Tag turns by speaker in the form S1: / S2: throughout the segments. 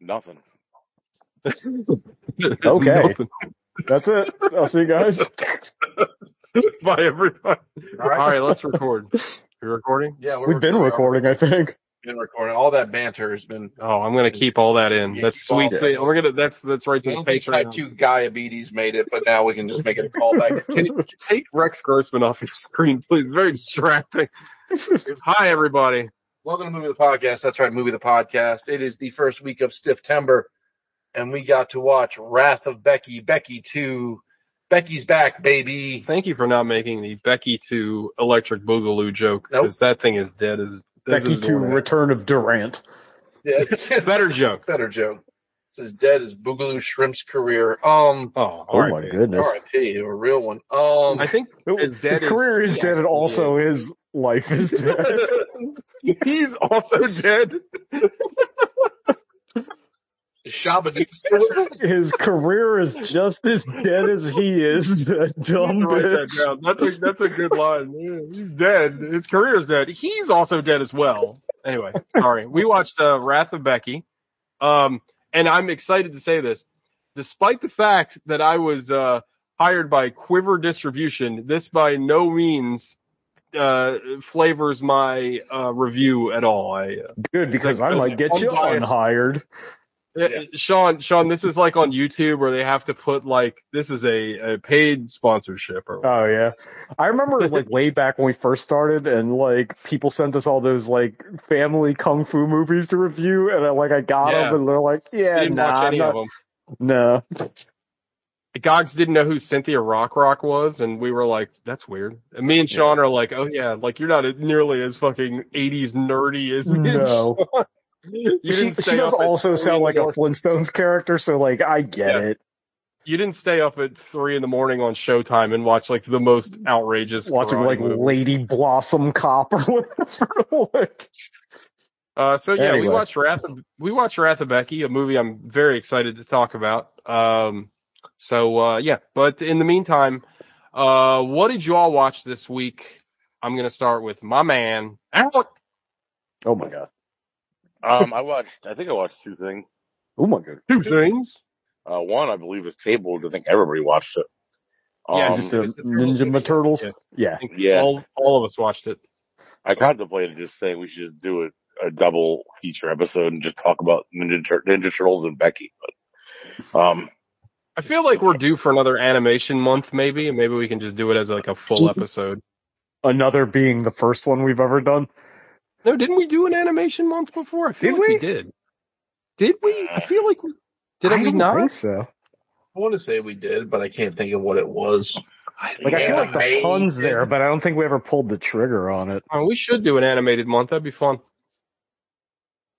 S1: Nothing.
S2: Okay.
S3: Nothing.
S2: That's it. I'll Oh, see you guys.
S3: Bye, everybody.
S4: All right.
S3: All right, let's record. You're recording?
S4: Yeah, we're
S2: We've been recording, I think.
S4: Been recording. All that banter has been.
S3: Oh, I'm gonna keep all that in.
S4: Yeah,
S3: that's
S4: keep all
S3: sweet.
S4: that.
S3: sweet. We're gonna that's that's right to
S4: I
S3: the
S4: don't think type
S3: Patreon.
S4: two diabetes made it, but now we can just make it a callback.
S3: Can you take Rex Grossman off your screen, please? Very distracting. Hi, everybody.
S4: Welcome to Movie the Podcast. That's right, Movie the Podcast. It is the first week of Stiff Timber, and we got to watch Wrath of Becky, Becky Two, Becky's back, baby.
S3: Thank you for not making the Becky to Electric Boogaloo joke
S4: Nope.
S3: because that thing is dead as dead
S2: Becky
S3: as
S2: to
S3: doornail.
S2: Return of Durant.
S4: Yeah, it's just
S3: better joke.
S4: better joke. It's as dead as Boogaloo Shrimp's career. Um,
S3: Oh, all right.
S2: goodness.
S4: R.I.P. A real one. Um,
S3: I think as dead
S2: his career is
S3: yeah,
S2: dead and also his life is dead.
S3: he's also dead.
S4: Shabba
S2: his career is just as dead as he is. a Dumb
S3: You have to write that
S2: bitch.
S3: down. That's a that's a good line. Yeah, he's dead. His career's dead. He's also dead as well. Anyway, sorry. We watched uh, Wrath of Becky, um, and I'm excited to say this, despite the fact that I was uh, hired by Quiver Distribution. This by no means uh, flavors my uh, review at all. I uh,
S2: Good, because I might get you
S3: Unbiased.
S2: unhired.
S4: Yeah.
S3: eh, Sean, Sean, this is like on YouTube where they have to put like this is a, a paid sponsorship or
S2: Oh yeah. I remember like way back when we first started and like people sent us all those like family kung fu movies to review and I, like I got
S3: Yeah.
S2: them and they're like,
S3: I
S2: yeah,
S3: didn't
S2: nah,
S3: watch
S2: I'm
S3: any of
S2: not,
S3: them.
S2: no.
S3: Gogs didn't know who Cynthia Rock Rock was, and we were like, "That's weird." And me and Sean are like, "Oh yeah, like you're not nearly as fucking '80s nerdy as me." and
S2: No.
S3: Sean." you
S2: she,
S3: didn't
S2: she
S3: stay
S2: does
S3: up at
S2: also
S3: three in
S2: sound
S3: the
S2: like a
S3: morning-
S2: Flintstones character, so like I get
S3: Yeah.
S2: it.
S3: you didn't stay up at three in the morning on Showtime and watch like the most outrageous
S2: Watching
S3: karate
S2: like
S3: movie.
S2: Lady Blossom Cop or whatever. like,
S3: Uh, so yeah, we
S2: Anyway.
S3: watched Wrath of, we watched Wrath of Becky, a movie I'm very excited to talk about. Um, so uh, yeah, but in the meantime, uh, what did you all watch this week? I'm gonna start with my man Alec.
S2: oh my god.
S1: Um, I watched. I think I watched two things.
S2: Oh my god.
S3: Two things.
S1: Uh, one I believe is tabled. I think everybody watched it. Um,
S3: Yeah,
S2: Is it
S3: just
S2: the
S3: it's a turtle
S2: Ninja
S3: movie.
S2: Turtles?
S3: Yeah.
S2: Yeah.
S3: I think
S1: Yeah.
S3: All, all of us watched it.
S1: I contemplated just saying we should just do a, a double feature episode and just talk about Ninja, Tur- Ninja Turtles and Becky. But um,
S3: I feel like we're due for another animation month, maybe, and maybe we can just do it as like a full episode.
S2: Another being the first one we've ever done.
S3: No, didn't we do an animation month before? I feel
S2: Did
S3: like we?
S2: we?
S3: did. Did we?
S1: Uh,
S3: I feel like we did. we
S2: don't
S3: not?
S2: think so.
S4: I want to say we did, but I can't think of what it was.
S2: Like I feel like the
S4: Animated.
S2: pun's there, but I don't think we ever pulled the trigger on it.
S3: Oh, we should do an animated month. That'd be fun.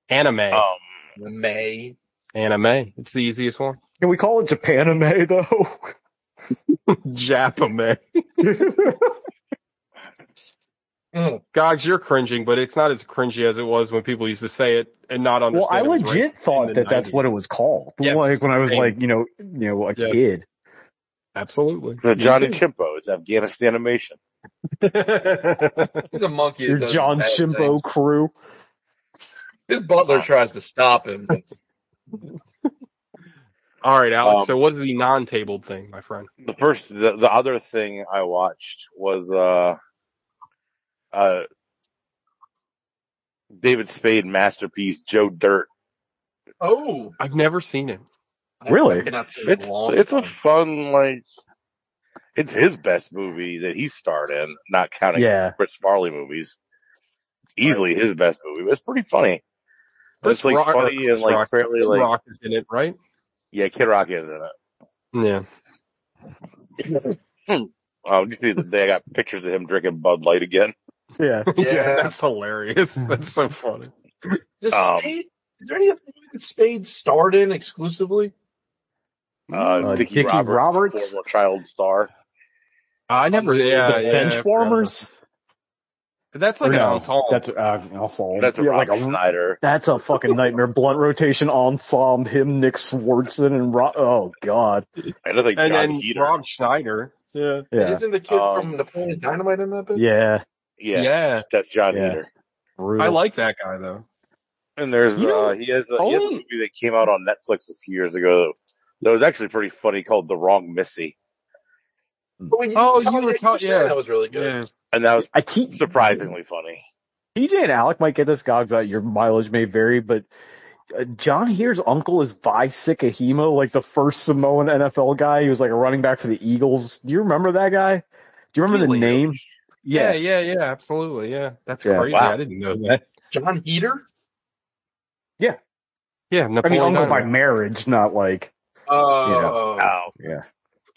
S3: Anime.
S1: um,
S4: May.
S3: Anime. It's the easiest one.
S2: Can we call it Japanime though?
S3: Japame.
S4: Mm.
S3: Gogs, you're cringing, but it's not as cringy as it was when people used to say it and not
S2: well, I
S3: understand. it was
S2: legit
S3: right
S2: thought
S3: in
S2: that
S3: the
S2: that's
S3: 90s.
S2: what it was called.
S3: Yes.
S2: Like when I was
S3: Same.
S2: like, you know, you know, a
S3: Yes.
S2: kid.
S3: Absolutely.
S1: the Johnny
S3: Me too.
S1: Chimpo. It's Afghanistan animation.
S4: He's a monkey. that
S2: Your
S4: does
S2: John
S4: bad
S2: Chimbo
S4: things.
S2: crew.
S4: His butler tries to stop him.
S3: All right, Alex.
S1: Um,
S3: so what is the non-tabled thing, my friend?
S1: The first, the, the other thing I watched was uh, uh, David Spade masterpiece Joe Dirt.
S4: Oh,
S3: I've never seen it.
S2: Really?
S4: Not so
S1: it's
S4: long.
S1: it's a fun like it's his best movie that he starred in, not counting
S2: Yeah.
S1: Chris Farley movies. It's easily his best movie, but it's pretty funny. But it's
S3: Chris
S1: like
S3: Rock- or
S1: funny
S3: Chris
S1: and like
S3: Rock.
S1: fairly
S3: Kid
S1: like
S3: Rock is in it, right?
S1: yeah, Kid Rock is in it.
S3: Yeah.
S1: Um, you see the day I got pictures of him drinking Bud Light again.
S2: Yeah.
S4: Yeah.
S3: that's hilarious. That's so funny.
S4: Does
S1: um,
S4: Spade, is there any other movie that Spade starred in exclusively?
S1: Uh,
S2: Uh,
S1: Dickie,
S2: Dickie
S1: Roberts,
S2: Roberts?
S1: former child star.
S3: I never. Yeah.
S2: the
S3: yeah, I forgot
S2: Benchwarmers.
S3: about- That's like
S2: Or
S3: an
S2: no,
S3: ensemble.
S2: That's uh, ensemble.
S1: That's a
S2: yeah,
S1: Rob
S2: like a
S1: Schneider.
S2: that's a fucking nightmare. Blunt rotation ensemble. Him, Nick Swartzen, and Ro- oh god.
S1: I don't think
S3: and
S1: John
S3: then
S1: Heater.
S3: Rob Schneider. Yeah.
S2: Yeah.
S4: Isn't the kid
S1: Um,
S4: from the Planet Dynamite in that bit?
S2: Yeah.
S1: yeah,
S3: yeah.
S1: that's John
S2: Yeah.
S1: Heater.
S2: Brutal.
S3: I like that guy though.
S1: And there's
S2: You know,
S1: uh, he has a, he has a
S2: only-
S1: movie that came out on Netflix a few years ago that was actually pretty funny called The Wrong Missy,
S4: But when
S3: Oh,
S4: tell
S3: you
S4: me
S3: were
S4: that
S3: tell-
S4: saying
S3: yeah.
S4: that was really good.
S3: Yeah.
S1: and that was
S2: I keep
S1: surprisingly funny.
S2: TJ and Alec might get this gogs out. Your mileage may vary, but uh, John here's uncle is Vi Sikahima, like the first Samoan NFL guy. He was like a running back for the Eagles. Do you remember that guy? Do you remember the
S3: Really?
S2: name?
S3: yeah, yeah, yeah, absolutely. Yeah, that's
S2: Yeah.
S3: crazy.
S1: Wow.
S3: I didn't know that.
S4: John Heater?
S3: Yeah,
S2: I mean,
S3: Napoleon
S2: uncle by
S3: Dynamite.
S2: marriage, not like
S4: Oh,
S1: Wow.
S2: yeah.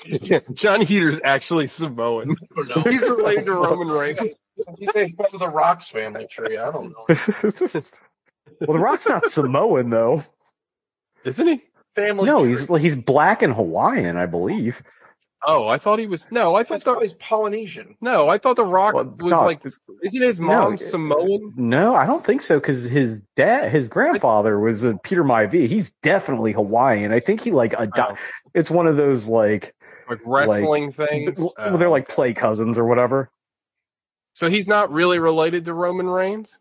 S3: Yeah, John Heater's actually Samoan.
S4: I don't know.
S3: He's related to Roman Reigns.
S4: He's- He's part of the Rocks family tree. I don't know.
S2: well, The Rock's not Samoan though.
S3: Isn't he?
S4: Family.
S2: No,
S4: tree.
S2: he's he's black and Hawaiian, I believe.
S3: Oh, I thought he was. No, I
S4: I
S3: thought
S4: thought
S3: the,
S4: he's Polynesian.
S3: no, I thought the Rock
S2: Well,
S3: was
S2: no.
S3: like. Isn't his mom Samoan?
S2: No, I don't think so because his dad, his grandfather was a Peter Maivia. He's definitely Hawaiian. I think he like adopt. It's one of those like
S3: Like wrestling things.
S2: well,
S3: Uh,
S2: they're like play cousins or whatever.
S3: So he's not really related to Roman Reigns.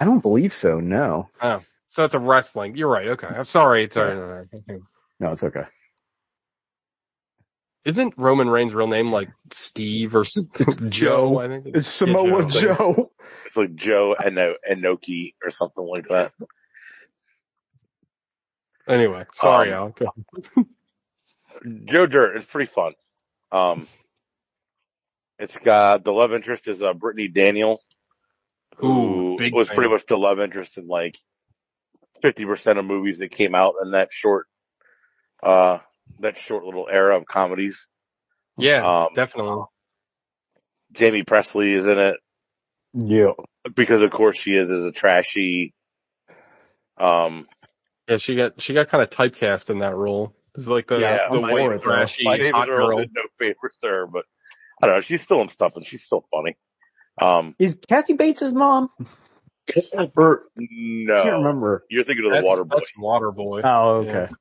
S2: I don't believe so. No,
S3: So that's a wrestling. You're right. Okay. I'm sorry. It's uh,
S2: no, it's okay.
S3: Isn't Roman Reigns' real name like Steve or S- Joe?
S2: Joe.
S3: I think.
S2: It's Samoa
S1: Joe.
S2: Joe.
S1: It's like Joe and Enoki or something like that.
S3: Anyway, sorry,
S2: um,
S3: Alec.
S1: Joe Dirt. It's pretty fun. Um, it's got the love interest is uh, Brittany Daniel, who
S3: Ooh, big
S1: was
S3: fan.
S1: pretty much the love interest in like fifty percent of movies that came out in that short, uh, that short little era of comedies.
S3: Yeah,
S1: Um,
S3: definitely.
S1: Jamie Presley is in it
S2: Yeah.
S1: because, of course, she is as a trashy. Um,
S3: Yeah, she got she got kind of typecast in that role. It's like the
S1: Yeah,
S3: the
S1: my
S3: white
S2: favorite, though.
S3: trashy
S1: my favorite
S3: hot
S1: girl
S3: girl.
S1: did no favors to her, but I don't know. She's still in stuff and she's still funny. Um,
S2: Is Kathy Bates his mom? Or
S1: no,
S2: I can't remember.
S1: you're thinking of the
S3: That's,
S1: water boy.
S3: that's Waterboy.
S2: Oh, okay.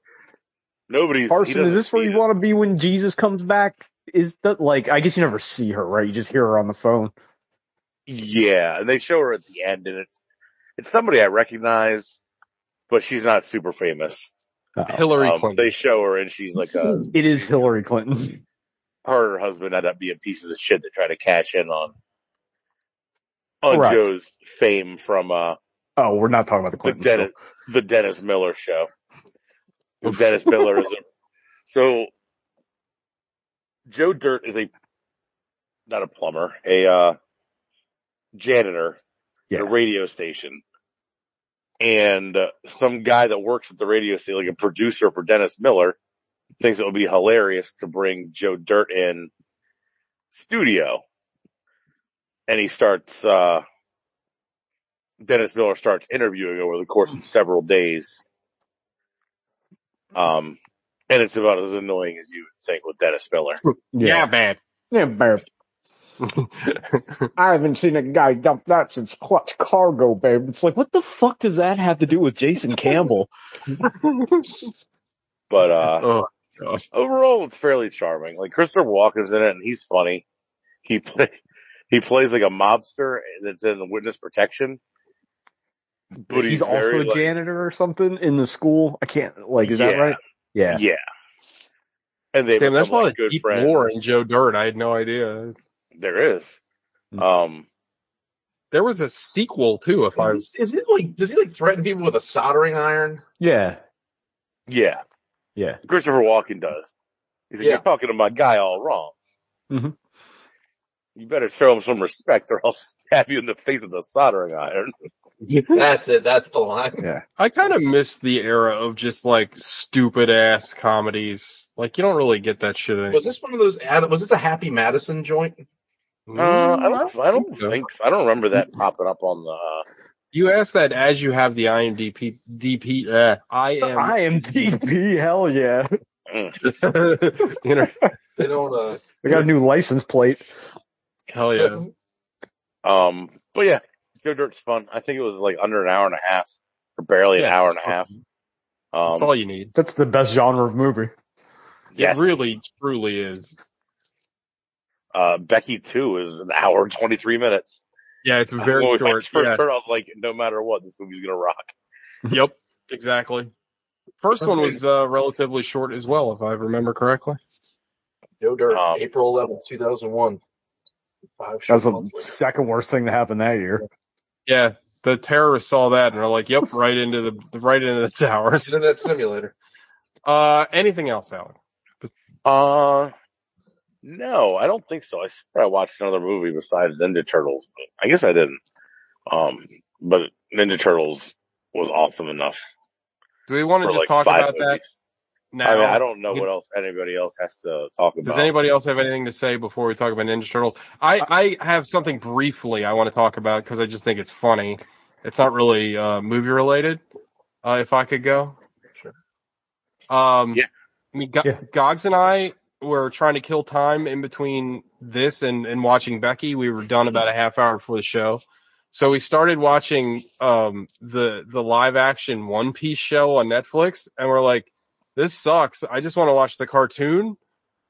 S1: Nobody's. he
S2: Parson, is
S1: doesn't
S2: this where
S1: see
S2: you
S1: it.
S2: want to be when Jesus comes back? Is that like? I guess you never see her, right? You just hear her on the phone.
S1: Yeah, and they show her at the end, and it's it's somebody I recognize, but she's not super famous.
S2: Uh,
S3: Hillary
S1: Um,
S3: Clinton.
S1: they show her, and she's like a
S2: It is Hillary Clinton.
S1: her and her husband ended up being pieces of shit that try to cash in on on
S2: Correct.
S1: Joe's fame from uh
S2: Oh, we're not talking about the
S1: the
S2: Clinton.
S1: Dennis the Dennis Miller show. Dennis Miller is a, so Joe Dirt is a not a plumber, a uh janitor at
S2: Yeah.
S1: a radio station. And uh, some guy that works at the radio station, like a producer for Dennis Miller, thinks it would be hilarious to bring Joe Dirt in studio. And he starts, uh, Dennis Miller starts interviewing over the course of several days. Um, and it's about as annoying as you would think with Dennis Miller.
S2: Yeah.
S3: bad.
S2: yeah bear. I haven't seen a guy dump that since Clutch Cargo, babe. It's like, what the fuck does that have to do with Jason Campbell?
S1: But, uh,
S3: oh gosh.
S1: overall, it's fairly charming. Like Christopher Walken's in it, and he's funny. He play, he plays like a mobster that's in the witness protection, but he's,
S2: he's also
S1: very,
S2: a
S1: like-
S2: janitor or something in the school. I can't like, is that
S1: Yeah.
S2: right? Yeah.
S1: yeah. And they
S3: Damn,
S1: become
S3: there's a lot
S1: like
S3: of
S1: good
S3: deep
S1: friends.
S3: lore in Joe Dirt. I had no idea.
S1: There is.
S2: Hmm.
S1: Um,
S3: There was a sequel too, if I
S4: Is, is it like? Does he like threaten people with a soldering iron?
S2: Yeah.
S1: yeah,
S2: Yeah.
S1: Christopher Walken does. He's like,
S4: Yeah.
S1: you're talking to my guy all wrong.
S3: Mm-hmm.
S2: Mhm.
S1: You better show him some respect, or I'll stab you in the face with a soldering iron.
S4: That's it. That's the line.
S3: I kind of miss the era of just like stupid ass comedies. Like you don't really get that shit anymore.
S4: Was this one of those? Adam- Was this a Happy Madison joint?
S3: Hmm?
S1: Uh, I don't. I don't
S3: so.
S1: think. So. I don't remember that popping up on the. Uh,
S3: You ask that as you have the IMDb DP uh, IM
S2: IMDb, hell yeah.
S3: you know,
S4: They don't. Uh,
S2: I got a new license plate.
S3: hell yeah.
S1: Um, but yeah, Joe Dirt's fun. I think it was like under an hour and a half, or barely an
S3: Yeah,
S1: hour and a
S3: it's
S1: half.
S3: That's
S1: Um,
S3: all you need.
S2: That's the best genre of movie.
S1: yes.
S3: It really truly is.
S1: Uh, Becky two is an hour and twenty three minutes.
S3: Yeah, it's very
S1: When we
S3: short.
S1: First
S3: Yeah.
S1: turn, I was like, no matter what, this movie's gonna rock.
S3: Yep, exactly. First one was uh, relatively short as well, if I remember correctly.
S4: Joe Dirt,
S1: Um,
S4: April 11th, 2001. Five short
S2: That's the
S4: months later.
S2: second worst thing that happened that year.
S3: Yeah, the terrorists saw that and are like, "Yep, right into the right into the
S4: He's
S3: towers."
S4: in that simulator.
S3: Uh, anything else, Alan?
S1: Uh, no, I don't think so. I swear I watched another movie besides Ninja Turtles, but I guess I didn't. Um, but Ninja Turtles was awesome enough
S3: Do we want
S1: for
S3: to just
S1: like
S3: talk
S1: five
S3: about that
S1: movies.
S3: now?
S1: I mean, I don't know
S3: You-
S1: what else anybody else has to talk
S3: Does
S1: about.
S3: anybody else have anything to say before we talk about Ninja Turtles? I, I have something briefly I want to talk about because I just think it's funny. It's not really uh, movie related. Uh, if I could go,
S4: Sure.
S3: Um,
S1: Yeah.
S3: I mean, Go-
S2: Yeah.
S3: Gogs and I were trying to kill time in between this and and watching Becky. We were done about a half hour before the show, so we started watching um the the live action One Piece show on Netflix, and we're like, this sucks. I just want to watch the cartoon.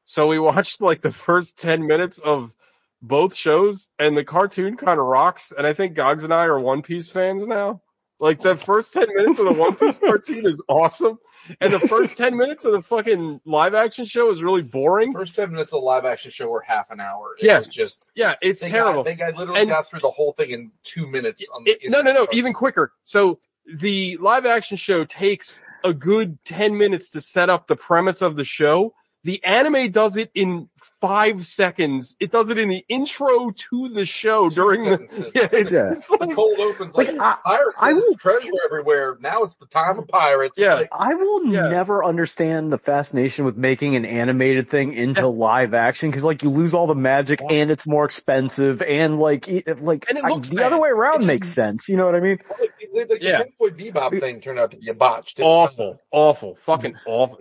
S3: So we watched like the first 10 minutes of both shows and the cartoon kind of rocks. And I think Gogs and I are One Piece fans now. Like the first 10 minutes of the One Piece cartoon is awesome. And the first 10 minutes of the fucking live action show is really boring.
S4: First 10 minutes of the live action show were half an hour. It
S3: Yeah.
S4: was just
S3: Yeah, it's
S4: They
S3: terrible.
S4: Got, they got literally
S3: And-
S4: got through the whole thing in two minutes. On the
S3: It- no, no, no,
S4: internet.
S3: even quicker. So the live action show takes a good 10 minutes to set up the premise of the show. The anime does it in five seconds. It does it in the intro to the show during the,
S4: sentences.
S3: yeah, it's,
S2: Yeah.
S3: it's like,
S4: the cold opens like,
S2: Like, I-
S4: pirates.
S2: I
S4: there's
S2: will-
S4: treasure everywhere. Now it's the time of pirates. It's
S3: Yeah.
S4: like,
S2: I will
S3: Yeah.
S2: never understand the fascination with making an animated thing into live action because like you lose all the magic and it's more expensive and like e, it, like
S3: And it
S2: I-
S3: looks
S2: the
S3: bad.
S2: other way around
S3: It
S2: makes sense. You know what I mean?
S4: like, like, like
S3: Yeah.
S4: the Cowboy Bebop thing turned out to be a botch. didn't it?
S3: awful, awful, fucking awful.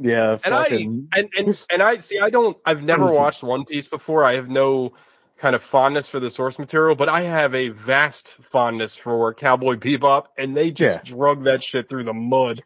S2: Yeah,
S3: And I-
S2: fucking.
S3: and and and I see. I don't. I've never watched One Piece before. I have no kind of fondness for the source material, but I have a vast fondness for Cowboy Bebop, and they just drug that shit through the mud.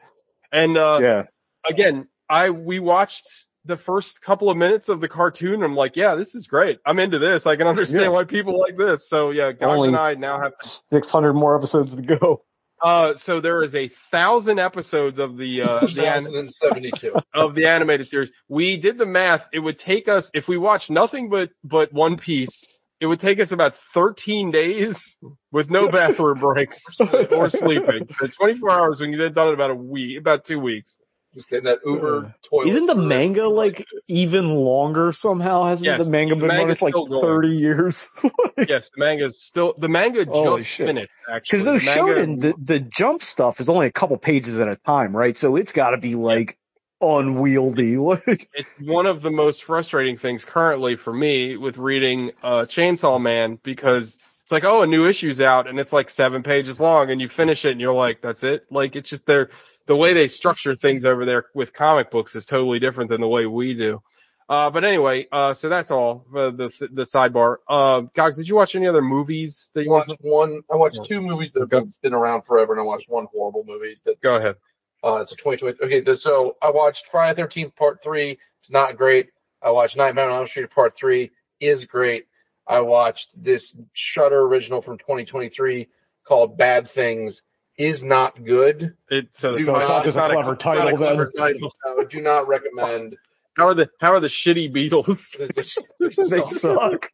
S3: And uh,
S2: yeah,
S3: again, I we watched the first couple of minutes of the cartoon. And I'm like, yeah, this is great. I'm into this. I can understand
S2: Yeah.
S3: why people like this. So yeah, Gogs
S2: Only-
S3: and I now have.
S2: six hundred more episodes to go.
S3: Uh, so there is a thousand episodes of the uh, the an-
S4: 2072.
S3: of the animated series. We did the math. It would take us if we watched nothing but but One Piece. It would take us about 13 days with no bathroom breaks or sleeping. The 24 hours we can get it done in about a week, about two weeks.
S4: Just getting that Uber toilet.
S2: Isn't the
S4: for-
S2: manga like even longer somehow? Hasn't
S3: Yes,
S2: the manga
S3: the
S2: been running
S3: manga's
S2: for like
S3: still going.
S2: thirty years?
S3: Yes, the manga's still the manga
S2: Holy
S3: just
S2: shit.
S3: finished actually.
S2: Because those
S3: The manga-
S2: Shonen, the, the jump stuff is only a couple pages at a time, right? So it's got to be like unwieldy. Like,
S3: it's one of the most frustrating things currently for me with reading uh, Chainsaw Man because it's like, oh, a new issue's out and it's like seven pages long and you finish it and you're like, that's it. Like it's just their the way they structure things over there with comic books is totally different than the way we do. Uh, but anyway, uh, so that's all for the the sidebar. Uh, Gogs, did you watch any other movies that
S4: I
S3: you want? to
S4: watched one. I watched two movies that have been, been around forever, and I watched one horrible movie that
S3: Go ahead.
S4: Uh, it's a 2020. Okay, th- so I watched Friday the 13th Part 3. It's not great. I watched Nightmare on Elm Street Part 3 is great. I watched this Shutter original from 2023 called Bad Things is not good.
S3: It, so
S4: So it's not just a
S2: clever
S4: It's not a
S2: Title,
S4: clever
S2: then.
S4: title. No, do not recommend.
S3: How are the how are the shitty Beatles?
S2: they suck.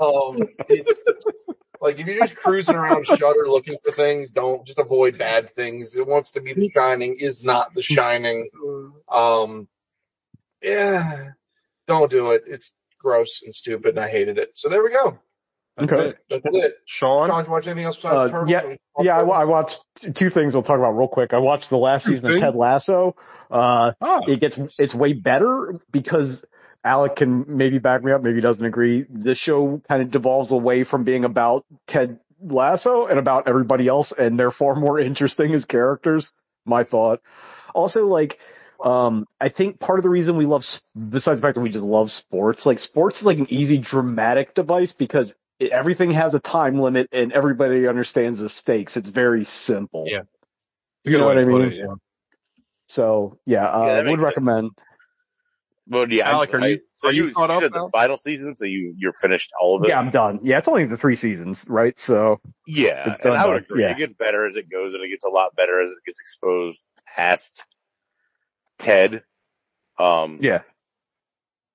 S4: Um, it's like if you're just cruising around Shutter looking for things, don't just avoid bad things. It wants to be The Shining is not The Shining. Um, yeah, don't do it. It's gross and stupid, and I hated it. So there we go.
S3: That's
S2: Okay.
S3: it.
S4: That's it.
S3: Sean.
S4: John, did you watch anything else besides
S2: Uh,
S4: Turtles?
S2: Yeah, I, wa- I watched two things. I'll talk about real quick. I watched the last
S3: Two
S2: season of
S3: things?
S2: Ted Lasso. Uh,
S3: Oh.
S2: it gets it's way better because Alec can maybe back me up, maybe he doesn't agree. The show kind of devolves away from being about Ted Lasso and about everybody else, and they're far more interesting as characters. My thought. Also, like, um, I think part of the reason we love, s- besides the fact that we just love sports, like sports is like an easy dramatic device because it, everything has a time limit and everybody understands the stakes. It's very simple.
S3: Yeah.
S2: You know what I mean?
S3: yeah.
S2: So yeah,
S1: Yeah,
S2: uh,
S1: that
S2: would
S1: makes sense.
S2: recommend.
S1: But yeah,
S3: Alec, are you-
S1: so
S3: are you caught up
S1: did
S3: now?
S1: the final season, so you you're finished all of it.
S2: Yeah, I'm done. Yeah, it's only the three seasons, right? So
S1: Yeah,
S2: It's
S1: and
S2: done
S1: I would
S2: now,
S1: agree.
S2: yeah.
S1: It gets better as it goes, and it gets a lot better as it gets exposed past Ted. Um,
S2: yeah.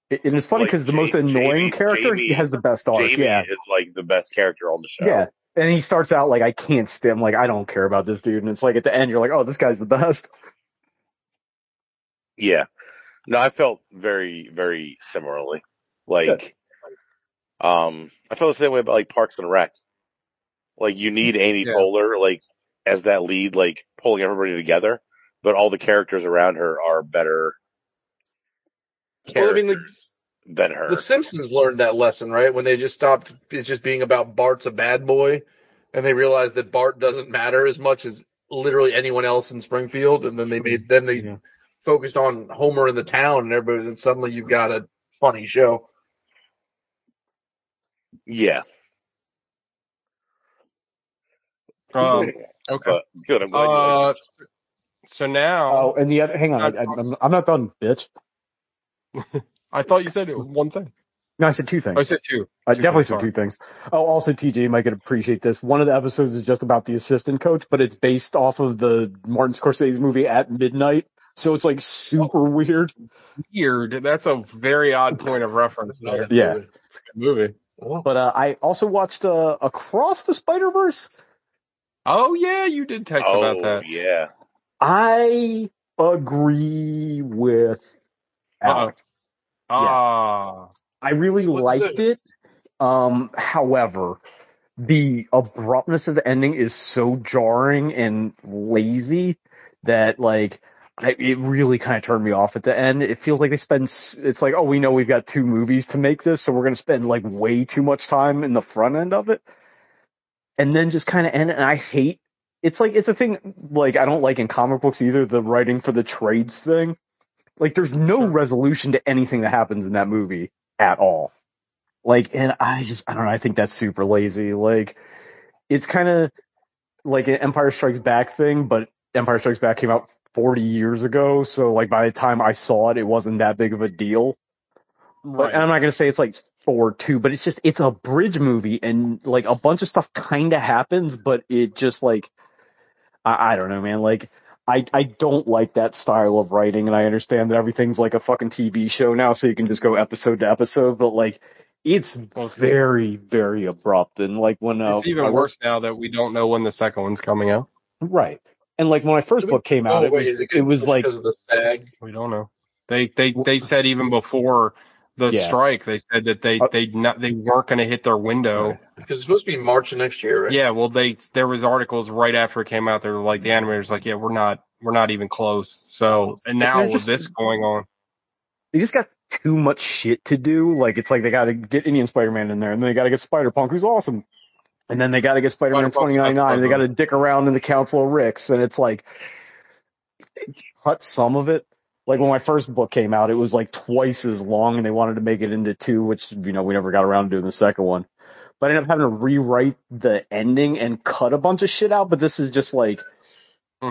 S2: It, and it's funny
S1: Like
S2: because the
S1: Ja-
S2: most annoying
S1: Jamie-
S2: character he
S1: Jamie-
S2: has the best arc.
S1: Jamie
S2: yeah,
S1: is like the best character on the show.
S2: yeah. And he starts out like I can't stand. I'm like I don't care about this dude. And it's like at the end you're like, oh, this guy's the best.
S1: Yeah. No, I felt very, very similarly. Like, um, I felt the same way about like Parks and Rec. Like you need Amy
S3: Yeah.
S1: Poehler, like as that lead, like pulling everybody together, but all the characters around her are better
S4: Well, I mean, the-
S1: characters than her.
S4: The Simpsons learned that lesson, right? When they just stopped it just being about Bart's a bad boy and they realized that Bart doesn't matter as much as literally anyone else in Springfield and then they made then they
S2: Yeah.
S4: focused on Homer in the town and everybody and suddenly you've got a funny show.
S1: yeah.
S3: Um, okay.
S1: But good. I'm glad you liked
S3: Uh, so now
S2: Oh, and the other, hang on, I, I'm, I'm not done, bitch.
S3: I thought you said one thing. Oh,
S2: No, I said two things.
S3: I said two.
S2: I
S3: Two
S2: definitely
S3: things,
S2: said
S3: sorry.
S2: two things. Oh, also TJ might could appreciate this. One of the episodes is just about the assistant coach, but it's based off of the Martin Scorsese movie At Midnight. So it's like super weird.
S3: Weird. That's a very odd point of reference there.
S4: Another
S2: Yeah.
S4: movie.
S3: Movie.
S4: Well,
S2: But uh, I also watched uh, Across the Spider Verse.
S3: Oh yeah, you did
S1: it.
S3: text about
S1: Oh
S3: that.
S1: yeah.
S2: I agree with Alec.
S3: Ah,
S2: I really
S4: What
S2: liked it. Um, however, the abruptness of the ending is so jarring and lazy that like I, it really kind of turned me off at the end. It feels like they spend. s- It's like, oh, we know we've got two movies to make this, so we're gonna spend like way too much time in the front end of it, and then just kind of end. it. And I hate. It's like it's a thing like I don't like in comic books either. The writing for the trades thing. Like there's no
S3: Sure.
S2: resolution to anything that happens in that movie at all. Like, and I just, I don't know. I think that's super lazy. Like, it's kind of like an Empire Strikes Back thing, but Empire Strikes Back came out 40 years ago. So like by the time I saw it, it wasn't that big of a deal. But,
S3: right.
S2: and I'm not going to say it's like four, two, but it's just, it's a bridge movie and like a bunch of stuff kind of happens, but it just like, I, I don't know, man. Like, I, I don't like that style of writing and I understand that everything's like a fucking TV show now. So you can just go episode to episode, but like, it's
S3: Okay.
S2: very, very abrupt. And like when, uh,
S3: It's even
S2: I
S3: worse now that we don't know when the second one's coming out.
S2: Right. And like when my first book came out,
S4: oh,
S2: it
S4: wait,
S2: was
S4: is
S2: it,
S4: it 'cause-
S2: was like
S4: because of the sag?
S3: We don't know. They they they said even before the
S2: Yeah.
S3: strike, they said that they
S2: Uh,
S3: they not they weren't going to hit their window.
S4: Because it's supposed to be March of next year, right?
S3: Yeah, well they there was articles right after it came out. They were like the animators like, yeah, we're not we're not even close. So and now
S2: They're
S3: with
S2: just-
S3: this going on,
S2: they just got too much shit to do. Like it's like they got to get Indian Spider-Man in there, and then they got to get Spider-Punk, who's awesome, and then they got to get Spider-Man
S3: Spider-Punk's
S2: twenty ninety nine. and They got to
S3: awesome.
S2: dick around in the Council of Ricks, and it's like cut some of it. Like when my first book came out, it was like twice as long, and they wanted to make it into two, which you know we never got around to doing the second one. But I ended up having to rewrite the ending and cut a bunch of shit out. But this is just like
S3: Mhm.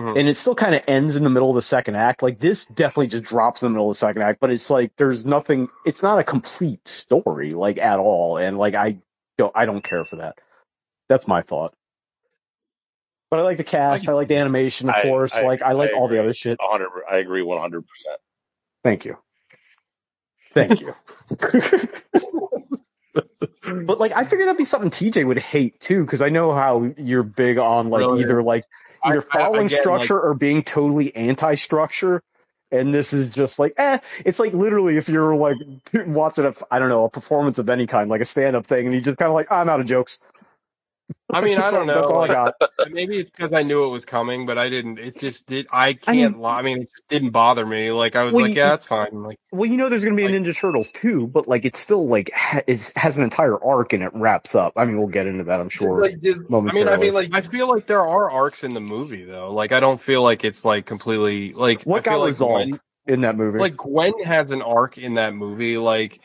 S1: Mm-hmm.
S2: and it still kind of ends in the middle of the second act. Like this definitely just drops in the middle of the second act, but it's like there's nothing. It's not a complete story like at all, and like I don't, I don't care for that. That's my thought. But I like the cast. I like the animation, of
S1: I-
S2: course.
S1: I-
S2: like I like
S1: I
S2: all the
S1: agree.
S2: other shit.
S1: 100. I agree 100. percent
S2: Thank you. Thank you. but like I figured that'd be something TJ would hate too, because I know how you're big on like
S3: Really?
S2: either like
S3: I-
S2: either
S3: I-
S2: following
S3: again, like-
S2: structure or being totally anti-structure. And this is just like, eh, it's like literally if you're like watching a, I don't know, a performance of any kind, like a stand-up thing, and you just kind of like, I'm out of jokes.
S3: I mean, I
S2: That's all-
S3: don't know.
S2: That's all I
S3: like,
S2: got.
S3: maybe it's because I knew it was coming, but I didn't. It just did. I can't. lie. I mean, it just didn't bother me. Like I was
S2: Well,
S3: like,
S2: you-
S3: yeah, that's fine. Like
S2: Well, you know, there's going to be a
S3: Like-
S2: Ninja Turtles too, but like it's still like ha- it has an entire arc and it wraps up. I mean, we'll get into that, I'm sure.
S4: Like, did, I mean, I
S2: momentarily.
S4: mean, like,
S3: I feel like there are arcs in the movie though. Like I don't feel like it's like completely like
S2: what
S3: I feel
S2: got
S3: like
S2: resolved
S3: Gwen-
S2: in that movie?
S3: like Gwen has an arc in that movie. Like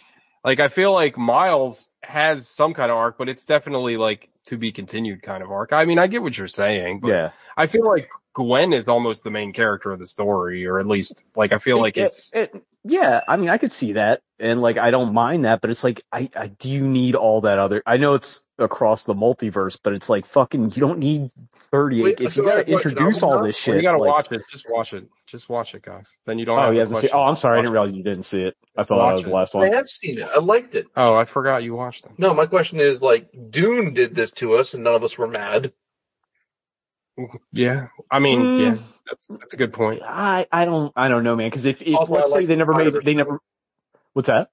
S3: like I feel like Miles has some kind of arc, but it's definitely like to be continued kind of arc. I mean, I get what you're saying, but
S2: yeah,
S3: I feel like Gwen is almost the main character of the story, or at least like I feel like
S2: It-
S3: it's
S2: it, yeah i mean i could see that and like i don't mind that but it's like i i do you need all that other i know it's across the multiverse but it's like fucking you don't need 38
S4: Wait,
S2: if
S4: so
S2: you gotta
S4: I- what,
S2: introduce all this
S3: Well,
S2: shit
S3: you gotta
S2: like-
S3: watch it. Just watch it. Just watch it, Cox. Then you don't.
S2: oh
S3: have
S2: he
S3: the
S2: hasn't seen
S3: question.
S2: oh i'm sorry i didn't
S3: Watch
S2: realize you didn't see it i thought that
S3: Watch
S2: was the
S3: it.
S2: last
S4: I
S2: one
S4: have seen it. I liked it.
S3: it. Oh, I forgot you watched them.
S4: No, my question is like Dune did this to us and none of us were mad.
S3: Yeah, I mean,
S2: Mm.
S3: yeah, that's that's a good point.
S2: i i don't i don't know man because if, if
S4: Also, I
S2: let's
S4: like
S2: say they never
S4: the
S2: made
S4: Spider-Verse
S2: they never what's that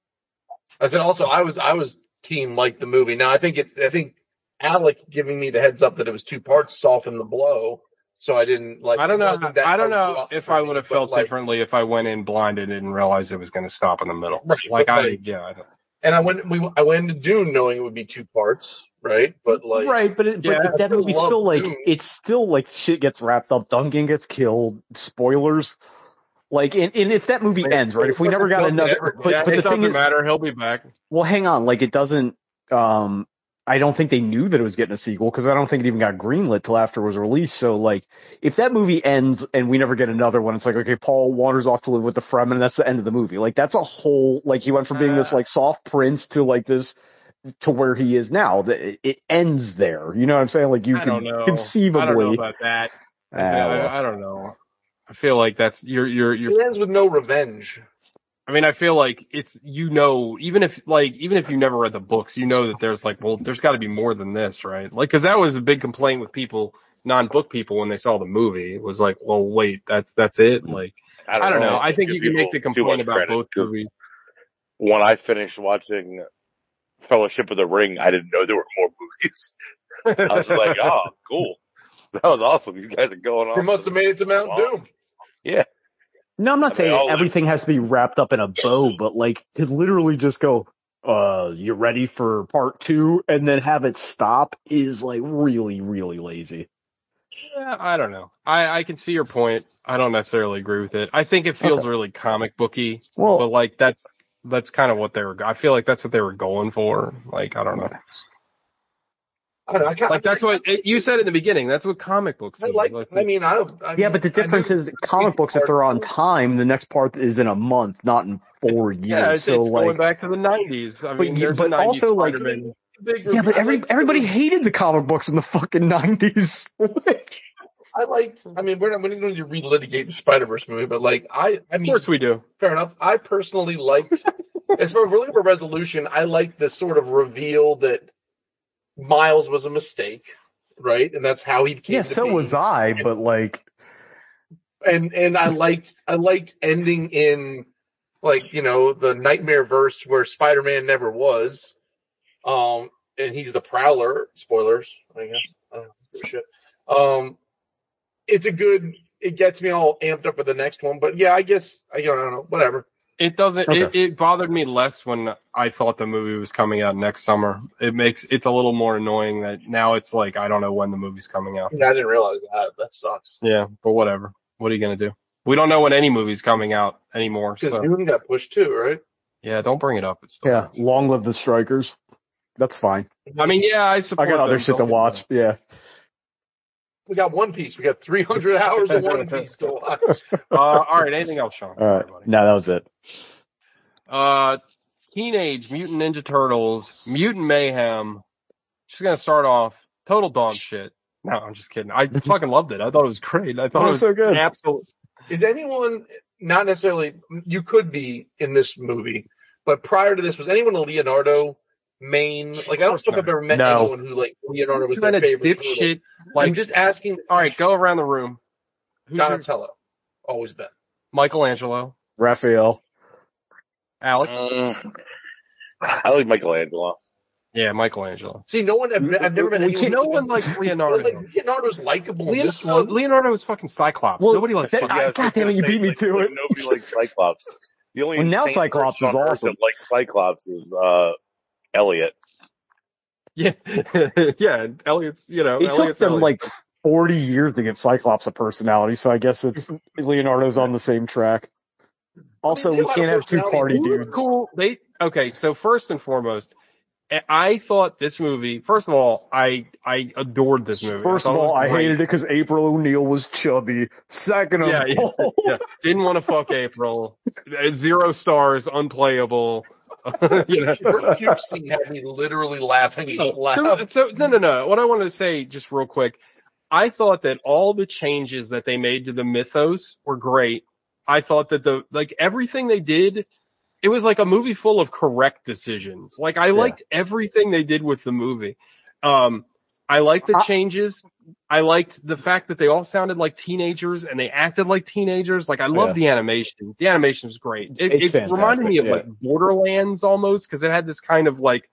S4: I said also I was I was team like the movie. Now I think it I think Alec giving me the heads up that it was two parts softened the blow. So I didn't like
S3: I don't
S4: it
S3: know.
S4: wasn't that
S3: I don't know
S4: abrupt
S3: if
S4: for
S3: I
S4: me,
S3: would have
S4: but,
S3: felt
S4: like,
S3: differently if I went in blind and didn't realize it was going to stop in the middle.
S4: Right,
S3: Like
S4: but
S3: I,
S4: like-
S3: yeah, I don't,
S4: And I went we I went into Dune knowing it would be two parts, right? But like
S2: right, but it,
S3: Yeah.
S2: but that
S4: I
S2: movie's
S4: still
S2: still
S4: love
S2: like
S4: Dune.
S2: it's still like shit gets wrapped up. Duncan gets killed. Spoilers. Like, and, and if that movie
S4: Man,
S2: ends, right? If we never got
S4: Duncan
S2: another,
S4: ever did
S2: but
S3: yeah,
S2: but
S3: it
S2: the
S3: doesn't
S2: thing is,
S3: matter. He'll be back.
S2: well, hang on. Like, it doesn't. Um, I don't think they knew that it was getting a sequel because I don't think it even got greenlit till after it was released. So, like, if that movie ends and we never get another one, it's like, okay, Paul wanders off to live with the Fremen, and that's the end of the movie. Like, that's a whole. Like, he went from being this
S3: Ah.
S2: like soft prince to like this to where he is now. That it- it ends there. You know what I'm saying? Like, you
S3: I
S2: can
S3: don't know. I don't know
S2: conceivably.
S3: about that.
S2: Ah,
S3: I, I-
S2: well.
S3: I don't know. I feel like that's you're you're you're.
S4: It ends with no revenge.
S3: I mean, I feel like it's you know, even if like even if you never read the books, you know that there's like, well, there's got to be more than this, right? Like, because that was a big complaint with people, non-book people, when they saw the movie. It was like, well, wait, that's that's it.
S1: Mm-hmm.
S3: Like, I don't know. I think
S1: give
S3: you can make the
S1: people too much
S3: complaint about
S1: credit,
S3: both
S1: 'cause
S3: movies.
S1: When I finished watching Fellowship of the Ring, I didn't know there were more movies. I was like, oh, cool. That was awesome. These guys are going on.
S4: They must have made it to Mount
S1: Wow.
S4: Doom.
S2: No, I'm
S1: I
S2: not
S1: mean,
S2: saying
S1: all
S2: that
S1: of-
S2: everything has to be wrapped up in a bow, but like could literally just go, uh, you ready for part two and then have it stop is like really, really lazy.
S3: Yeah, I don't know. I I can see your point. I don't necessarily agree with it. I think it feels really comic booky, but
S2: Well,
S3: like that's that's kind of what they were. I feel like that's what they were going for. Like, I don't know.
S4: I don't know. I kind
S3: Like that's what it, you said in the beginning. That's what comic books
S4: I
S3: do.
S4: like.
S3: Like,
S4: I mean, I. I
S2: yeah,
S4: mean,
S2: but the difference
S4: I knew
S2: is that
S4: the
S2: comic
S4: second
S2: books, if
S4: part-
S2: they're on time, the next part is in a month, not in four years.
S3: Yeah, it's,
S2: so
S3: it's going
S2: like,
S3: back to the '90s. I
S2: But
S3: mean,
S2: you-
S3: there's
S2: but
S3: a '90s
S2: also, like-
S3: Spider-Man.
S4: Big
S2: yeah, but
S4: I
S2: every,
S4: liked the-
S2: everybody hated the comic books in the fucking nineties.
S4: I liked. I mean, we're not. We didn't need to relitigate the Spider Verse movie, but like, I. I
S3: Of
S4: mean,
S3: course, we do.
S4: fair enough. I personally liked, as far as we're looking for resolution, I liked the sort of reveal that Miles was a mistake, right? And that's how he came.
S2: yeah,
S4: to
S2: so
S4: be.
S2: was I, but like,
S4: and and I liked I liked ending in like you know the nightmare verse where Spider Man never was, um, and he's the Prowler. Spoilers, I guess. I don't give a shit. Um, it's a good. It gets me all amped up for the next one, but yeah, I guess I, you know, I don't know. Whatever.
S3: It doesn't. It,
S2: Okay.
S3: it bothered me less when I thought the movie was coming out next summer. It makes it's a little more annoying that now it's like I don't know when the movie's coming out.
S4: Yeah, I didn't realize that. That sucks
S3: Yeah, but whatever. What are you gonna do? We don't know when any movie's coming out anymore.
S4: because
S3: So
S4: Dune got pushed too, right?
S3: yeah, don't bring it up. It's still
S2: yeah, long live the strikers. That's fine.
S3: I mean, yeah, I
S2: I
S3: support.
S2: got other
S3: them.
S2: shit to
S3: Don't get me
S2: watch. Yeah.
S4: We got One Piece. We got 300 hours of One Piece to watch.
S3: wrong. Uh, all right. Anything else, Sean?
S2: All right.
S3: Sorry, buddy.
S2: No, that was it.
S3: Uh, Teenage Mutant Ninja Turtles, Mutant Mayhem. Just gonna start off total dog shit. No, I'm just kidding. I fucking loved it. I thought it was great. I thought
S2: Oh,
S3: it was
S2: so good.
S3: Absolute.
S4: Is anyone not necessarily you could be in this movie, but prior to this was anyone a Leonardo main? Like I don't
S3: course
S4: think I've
S3: not.
S4: ever met
S2: No.
S4: anyone who like Leonardo was
S3: You
S4: their
S3: kinda
S4: favorite. turtle.
S3: dipshit.
S4: I'm
S3: Like,
S4: just asking.
S3: all right, go around the room. Who's your-
S4: Donatello, always been.
S3: Michelangelo,
S2: Raphael.
S3: Alex.
S4: Uh,
S1: Mm. I like Michelangelo.
S3: Yeah, Michelangelo.
S4: See, no one. I've, I've never met
S2: We
S4: anyone.
S2: can't-
S3: No one likes
S4: But,
S3: Leonardo.
S4: like, Leonardo's likable in this
S3: Leonardo,
S4: one.
S3: Leonardo is fucking Cyclops.
S2: Well,
S3: Nobody likes.
S2: that-
S3: fucking-
S2: I-
S1: Yeah, I was
S2: God
S1: just
S2: damn it,
S1: gonna
S2: you
S1: say,
S2: beat me
S1: like,
S2: to
S1: like,
S2: it.
S1: Nobody likes Cyclops. The only
S2: Well, now
S1: sane
S2: Cyclops
S1: person
S2: is
S1: on Earth
S2: awesome.
S1: that likes Cyclops is uh Elliot.
S3: Yeah, yeah. Elliot's, you know,
S2: It took
S3: Elliot's
S2: them
S3: Elliot.
S2: like 40 years to give Cyclops a personality, so I guess it's Leonardo's on the same track. Also,
S4: they
S2: we
S4: had a
S2: can't have two
S4: personality
S2: party
S4: too.
S3: It was
S2: dudes.
S3: cool. They okay. So first and foremost, And I thought this movie, first of all, I, I adored this movie.
S2: First
S3: thought
S2: of
S3: it was
S2: all, I
S3: great.
S2: hated it because April O'Neil was chubby. Second of
S3: Yeah, yeah,
S2: all,
S3: Yeah. Didn't want to fuck April. Zero stars, unplayable. you know.
S4: Your puke scene had me literally laughing out
S3: So,
S4: loud.
S3: so- no, no, no. What I wanted to say, just real quick, I thought that all the changes that they made to the mythos were great. I thought that the like everything they did, it was like a movie full of correct decisions. Like I liked everything they did with the movie. Um, I liked the
S2: I-
S3: changes. I liked the fact that they all sounded like teenagers and they acted like teenagers. Like I love
S2: Yeah.
S3: the animation. The animation was great. It,
S2: It's
S3: it reminded me
S2: fantastic,
S3: of like Borderlands almost because it had this kind of like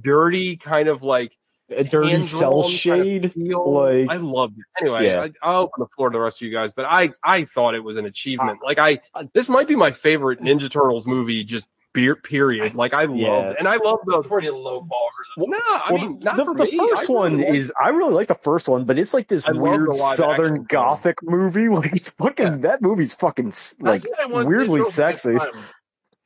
S3: dirty kind of like
S2: a dirty
S3: hand-drawn
S2: cell
S3: kind of
S2: shade.
S3: feel.
S2: like-
S3: I loved it. Anyway,
S2: Yeah.
S3: I, I'll open the floor to the rest of you guys, but I I thought it was an
S2: Ah.
S3: achievement. like I this might be my favorite Ninja Turtles movie just beer period. Like I
S2: Yeah.
S3: loved and I love
S4: It's
S3: the
S4: pretty low bar.
S3: no, I
S2: Well,
S3: mean not
S2: the,
S3: for
S2: the
S3: me.
S2: first
S3: I really
S2: one
S3: liked-
S2: is I really like the first one, but it's like this
S3: I love the
S2: weird
S3: live action
S2: Southern
S3: one.
S2: Gothic movie. Like it's fucking
S3: Yeah.
S2: that movie's fucking s- like
S4: That's why I wanted to
S2: weirdly
S4: show it at
S2: sexy.
S4: the time.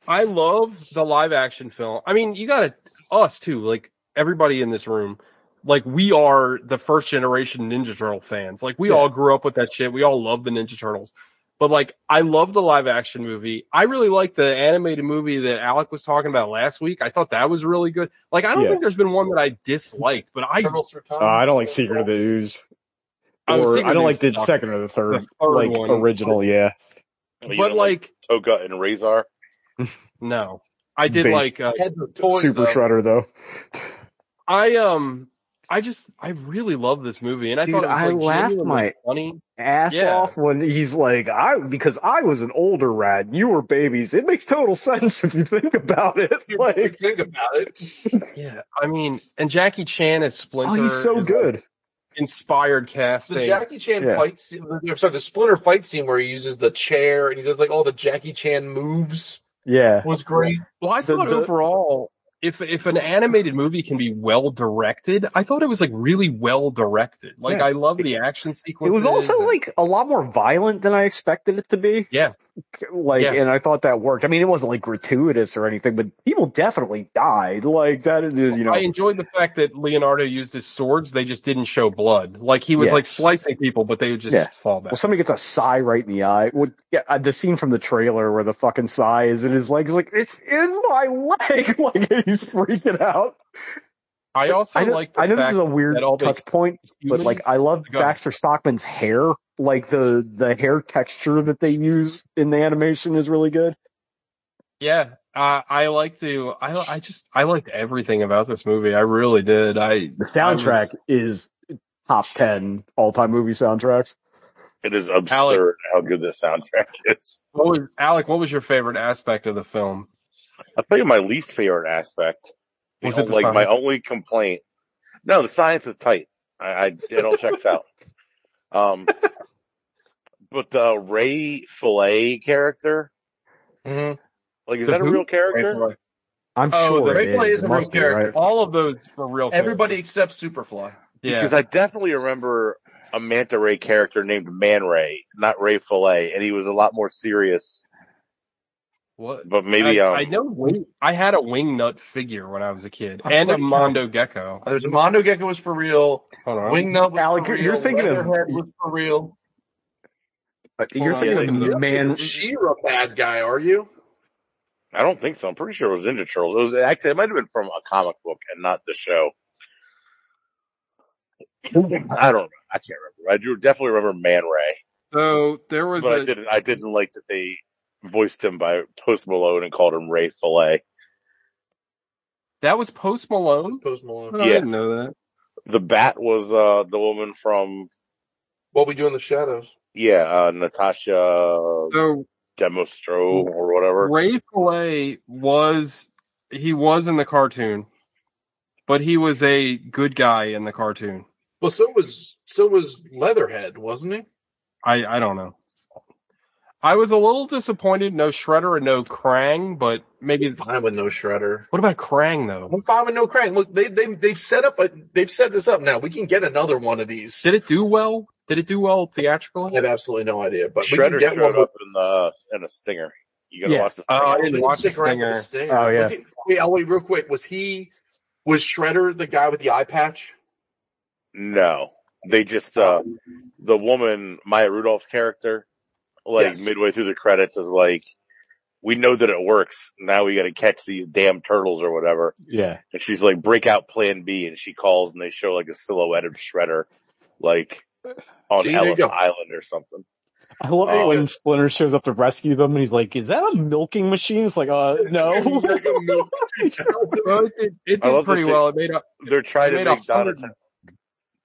S3: I love the live action film. I mean, you gotta, us too, like everybody in this room, like we are the first generation Ninja Turtle fans. Like we
S2: Yeah.
S3: all grew up with that shit. We all love the Ninja Turtles. But like, I love the live action movie. I really like the animated movie that Alec was talking about last week. I thought that was really good. Like, I don't
S2: Yeah.
S3: think there's been one that I disliked, but I,
S4: Turtles Through Time.
S2: Uh, I don't like Secret of the Ooze.
S3: I was
S2: Or
S3: thinking
S2: I don't
S3: it
S2: like the
S3: sucked.
S2: second or the third,
S3: The third
S2: like
S3: one.
S2: original, yeah.
S1: You
S3: But
S1: know, like
S3: like,
S1: Toka and Razor.
S3: no, I did
S2: Based-
S3: like, uh,
S4: Heads of toys,
S2: Super
S4: though.
S2: Shredder though.
S3: I, um, I just, I really love this movie and I
S2: Dude,
S3: thought it was
S2: I
S3: like
S2: laughed
S3: genuinely
S2: my
S3: funny.
S2: Ass
S3: Yeah.
S2: off when he's like, I because I was an older rat and you were babies. It makes total sense if you think about it.
S4: You
S2: Like,
S4: think about it.
S3: Yeah, I mean, and Jackie Chan as Splinter.
S2: oh, he's so
S3: is,
S2: good.
S3: like, inspired
S4: The
S3: casting.
S4: Jackie Chan
S2: Yeah.
S4: fight scene, I'm sorry, the Splinter fight scene where he uses the chair and he does like all the Jackie Chan moves
S2: yeah.
S4: was great.
S3: well, I
S2: the-
S3: thought
S2: the-
S3: overall, if if an animated movie can be well directed, I thought it was like really well directed. Like
S2: Yeah.
S3: I love the action
S2: It
S3: sequences.
S2: was also
S3: and-
S2: like a lot more violent than I expected it to be.
S3: Yeah.
S2: Like,
S3: Yeah.
S2: and I thought that worked. I mean, it wasn't like gratuitous or anything, but people definitely died. Like that, is- you know.
S3: I enjoyed the fact that Leonardo used his swords. They just didn't show blood. Like he was
S2: Yeah.
S3: like slicing people, but they would just
S2: Yeah.
S3: fall back.
S2: Well, somebody gets a sigh right in the eye. Well, yeah, uh, the scene from the trailer where the fucking sigh is in his leg is like, it's in my leg. Like he's freaking out.
S3: I also
S2: I know,
S3: like. The
S2: I know this
S3: fact
S2: is a weird
S3: that all they-
S2: touch point, but
S3: human-
S2: like I love
S3: Go ahead.
S2: Baxter Stockman's hair. Like the the hair texture that they use in the animation is really good.
S3: Yeah, uh, I like to. I I just I liked everything about this movie. I really did. I
S2: The soundtrack is top ten all time movie soundtracks.
S1: It is absurd
S3: Alec-
S1: how good this soundtrack is.
S3: What was, Alec, what was your favorite aspect of the film?
S1: I'll tell you my least favorite aspect. The
S3: Was it
S1: on-
S3: the
S1: like my
S3: science?
S1: only complaint? No, the science is tight. I, I it all checks out. Um, but the Ray Fillet character,
S2: Mm-hmm.
S4: Mhm.
S1: like, is
S3: The
S1: that a
S3: who?
S1: real character?
S2: I'm
S3: Oh,
S2: sure
S3: the
S2: it
S4: Mayfly
S2: is.
S4: is
S2: It
S4: a
S2: must
S4: real
S2: be, right?
S4: character.
S3: All of those were real.
S4: Everybody
S3: characters.
S4: except Superfly.
S3: yeah.
S1: Because I definitely remember a manta ray character named Man Ray, not Ray Fillet, and he was a lot more serious.
S3: what?
S1: But maybe
S3: I,
S1: um,
S3: I know. Wing, I had a wingnut figure when I was a kid, and a mondo gecko.
S4: There's a Mondo Gecko was for real.
S3: Hold on.
S4: Wingnut was
S2: Alec,
S4: for
S2: you're-
S4: real.
S2: you're thinking of-
S4: Leatherhead was for real.
S2: Uh, You're
S3: on,
S1: yeah,
S2: thinking
S3: they-
S2: of man.
S4: Shira bad guy, are you?
S1: I don't think so. I'm pretty sure it was Ninja Turtles. It was actually it might have been from a comic book and not the show. I don't. Remember. I can't remember. I do definitely remember Man Ray,
S3: so there was
S1: but I
S3: a-
S1: didn't. I didn't like that they voiced him by Post Malone and called him Ray Fillet.
S3: that was Post Malone.
S4: Post
S3: Oh,
S4: Malone.
S3: I
S1: Yeah.
S3: didn't know that.
S1: The Bat was uh the woman from
S4: What we do in the shadows.
S1: yeah uh, Natasha
S3: So
S1: Demostro or whatever.
S3: Ray Fillet was he was in the cartoon, but he was a good guy in the cartoon.
S4: Well, so was so was Leatherhead, wasn't he?
S3: I I don't know. I was a little disappointed. No Shredder and no Krang, but maybe.
S4: Fine with no Shredder.
S3: What about Krang though?
S4: I'm fine with no Krang. Look, they they they've set up a they've set this up now. We can get another one of these.
S3: Did it do well? Did it do well
S4: I
S3: theatrically?
S4: have absolutely no idea, but we can
S1: Shredder
S4: get
S1: showed
S4: one.
S1: up in the in a stinger. You gotta
S2: Yeah.
S1: watch the
S3: Oh, I
S1: stinger.
S3: didn't watch the
S4: Stick around for
S3: stinger.
S4: Stinger.
S2: Oh, yeah.
S4: Was he, wait, I'll wait real quick. Was he Was Shredder the guy with the eye patch?
S1: No, they just uh,
S4: Oh.
S1: the woman Maya Rudolph's character, like
S4: Yes.
S1: midway through the credits, is like, "We know that it works. Now we got to catch these damn turtles or whatever."
S2: Yeah.
S1: And she's like, "Break out Plan B," and she calls, and they show like a silhouette of Shredder, like on
S4: See, there you
S1: Ellis
S4: go.
S1: Island or something.
S2: I love it
S4: Oh.
S2: when Splinter shows up to rescue them and he's like, is that a milking machine? It's like, uh, no.
S3: Well, it did, it
S1: I
S3: did
S1: love that
S3: pretty
S1: they-
S3: well. It made up.
S1: They're trying
S3: They
S1: to
S3: made a
S1: make Donatello.
S3: hundred-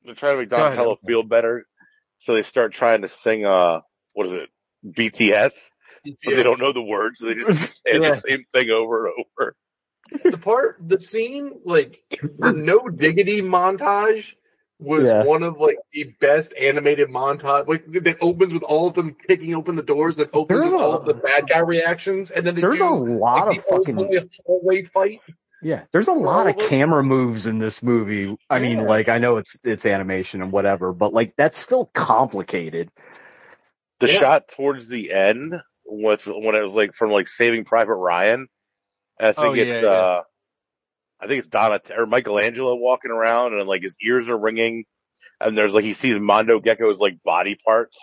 S1: They're trying to make
S3: ahead,
S1: Donatello
S3: Alex.
S1: feel better, so they start trying to sing. Uh, what is it? BTS. but they don't know the words, so they just say
S3: Yeah.
S1: the same thing over and over.
S4: the part, the scene, like the no diggity montage was
S2: Yeah.
S4: one of like the best animated montage. Like that opens with all of them kicking open the doors, that opens
S2: There's
S4: with
S2: a-
S4: all of the bad guy reactions, and then they
S2: There's
S4: do,
S2: a lot
S4: like,
S2: of
S4: the old
S2: fucking
S4: boy hallway fight.
S2: Yeah, there's a lot of
S4: All of-
S2: camera moves in this movie. I mean,
S4: Yeah.
S2: like I know it's it's animation and whatever, but like that's still complicated.
S1: The
S4: Yeah.
S1: shot towards the end was when it was like from like Saving Private Ryan. And I think
S3: Oh, yeah,
S1: it's
S3: yeah.
S1: uh, I think it's Donna or Michelangelo walking around and like his ears are ringing, and there's like he sees Mondo Gecko's like body parts,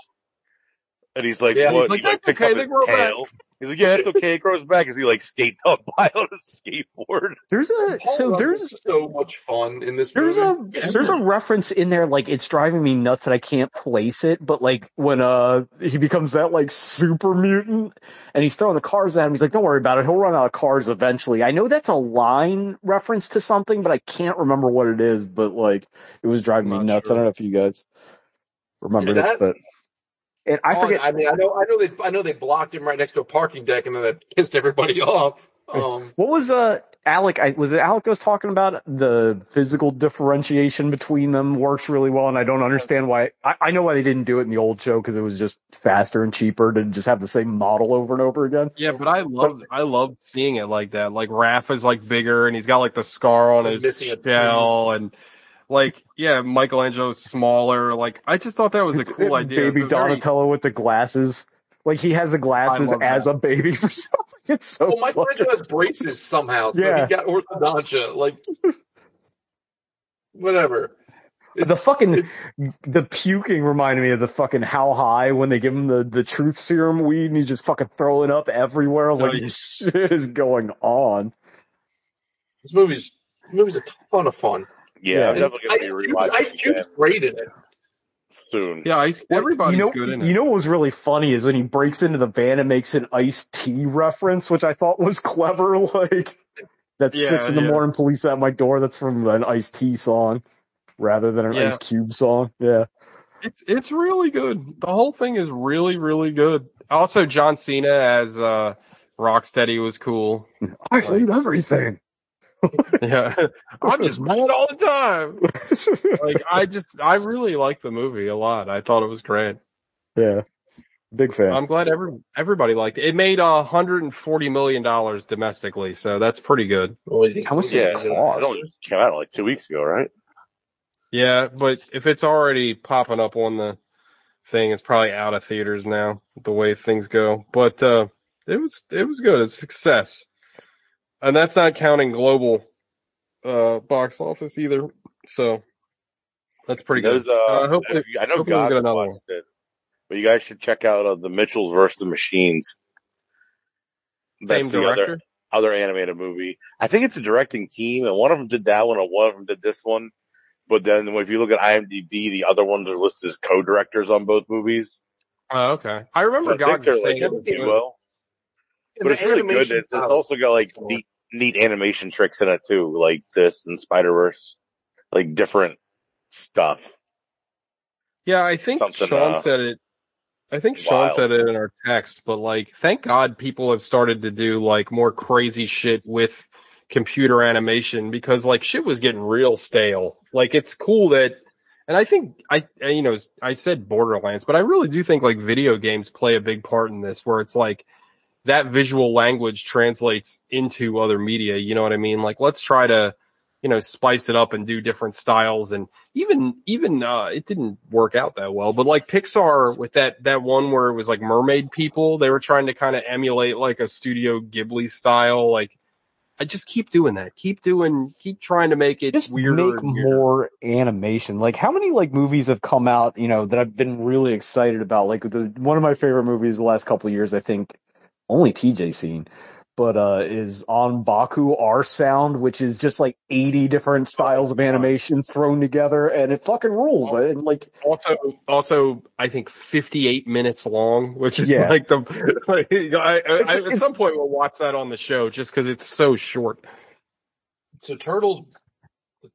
S1: and he's like,
S4: Yeah.
S1: "What?"
S3: He's like,
S1: he like
S3: "That's
S1: picks
S3: okay,
S1: up
S3: they
S1: his
S3: grow back."
S1: tail. He's like, "Yeah, it's okay, it grows back." As he like skates up by on a skateboard.
S2: There's a
S4: Paul
S2: so
S4: Rudd
S2: there's
S4: was so much fun in this
S2: there's a
S4: movie.
S2: there's a reference in there like it's driving me nuts that I can't place it, but like when uh he becomes that like super mutant and he's throwing the cars at him, he's like, Don't worry about it, he'll run out of cars eventually. I know that's a line reference to something, but I can't remember what it is, but like it was driving me
S3: Not
S2: nuts. I
S3: sure.
S2: don't know if you guys remembered
S4: That- Oh,
S2: it, but and I
S4: on-
S2: forget
S4: I mean, I know, I know they, I know they blocked him right next to a parking deck, and then that pissed everybody off. Um,
S2: What was uh Alec? I, was it Alec that was talking about the physical differentiation between them works really well, and I don't understand why. I, I know why they didn't do it in the old show because it was just faster and cheaper to just have the same model over and over again.
S3: Yeah, but I love I love seeing it like that. Like Raph is like bigger and he's got like the scar on his
S4: He's missing a
S3: shell and like yeah, Michelangelo's smaller. Like I just thought that was a
S2: It's-
S3: cool
S2: it-
S3: idea.
S2: Baby
S3: It's a very-
S2: Donatello with the glasses. Like he has the glasses
S3: love
S2: as
S3: that.
S2: a baby for something. It's so
S4: well, Mike
S2: fucking-
S4: Rangel has braces somehow, so
S2: Yeah.
S4: he got orthodontia. Like, whatever.
S2: the fucking the puking reminded me of the fucking how high when they give him the the truth serum weed and he's just fucking throwing up everywhere. I was
S3: Oh,
S2: like,
S3: yeah.
S2: this shit is going on.
S4: This movie's this movie's a ton of fun.
S1: Yeah,
S2: Yeah.
S4: And
S1: I'm definitely
S4: Ice,
S1: gonna be
S4: Cube,
S1: rewatching
S4: Ice
S1: it
S4: Cube's
S1: again
S4: great in it.
S1: soon.
S3: yeah, I, everybody's
S2: you know,
S3: good in
S2: You
S3: it.
S2: know what was really funny is when he breaks into the van and makes an iced tea reference, which I thought was clever. Like that's
S3: Yeah,
S2: six in the
S3: yeah.
S2: morning, police at my door. That's from an iced tea song rather than an
S3: Yeah.
S2: ice cube song. Yeah.
S3: It's it's really good. The whole thing is really really good. Also, John Cena as uh, Rocksteady was cool.
S2: I hate everything.
S3: Yeah, I'm just mad all the time. Like I just I really like the movie a lot. I thought it was great.
S2: yeah. Big fan.
S3: I'm glad every everybody liked it. It made uh, 140 million dollars domestically, so that's pretty good.
S4: Well, you think
S2: How much
S4: he
S1: Yeah,
S4: was
S1: it
S4: in it?
S1: only came out like two weeks ago, right?
S3: Yeah, but if it's already popping up on the thing, it's probably out of theaters now. The way things go, but uh, it was it was good. It's a success, and that's not counting global uh, box office either. So that's pretty
S1: Those,
S3: good.
S1: Uh,
S3: Uh, hopefully,
S1: I- I know
S3: hopefully we'll
S1: God
S3: get another
S1: watched it, but you guys should check out uh, the Mitchells versus the Machines. That's
S3: same
S1: the
S3: director.
S1: other other animated movie. I think it's a directing team, and one of them did that one, and one of them did this one. But then if you look at IMDb, the other ones are listed as co-directors on both movies.
S3: Oh, okay. I
S1: So
S3: remember
S1: I think
S3: God
S1: they're
S3: saying
S1: like
S3: it
S1: a
S3: was
S4: everything-
S3: good.
S1: duo,
S4: And
S1: but
S4: the
S1: it's really good.
S4: animation
S1: It's, it's
S4: style.
S1: also got like
S4: Cool.
S1: neat, neat animation tricks in it too, like this and Spider Verse, like different stuff.
S3: Yeah, I think
S1: Something,
S3: Sean
S1: uh,
S3: said it. I think Sean
S1: wild.
S3: said it in our text, but like, thank God people have started to do like more crazy shit with computer animation because like shit was getting real stale. Like it's cool that, and I think I, I- you know, I said Borderlands, but I really do think like video games play a big part in this where it's like that visual language translates into other media. You know what I mean? Like let's try to, you know, spice it up and do different styles. And even, even, uh, it didn't work out that well, but like Pixar with that, that one where it was like mermaid people, they were trying to kind of emulate like a studio Ghibli style, like I just keep doing that. Keep doing, keep trying to make it
S2: Just
S3: weirder.
S2: make
S3: and weirder.
S2: more animation. Like how many like movies have come out, you know, that I've been really excited about. Like the one of my favorite movies the last couple of years, I think only TJ seen, but uh is on Baku R Sound, which is just like 80 different styles of animation thrown together and it fucking rules.
S3: Oh.
S2: And like
S3: Also, also, I think 58 minutes long, which is
S2: Yeah.
S3: like the, like, I, I, I, at
S2: it's-
S3: some point we'll watch that on the show just cause it's so short.
S4: So turtles.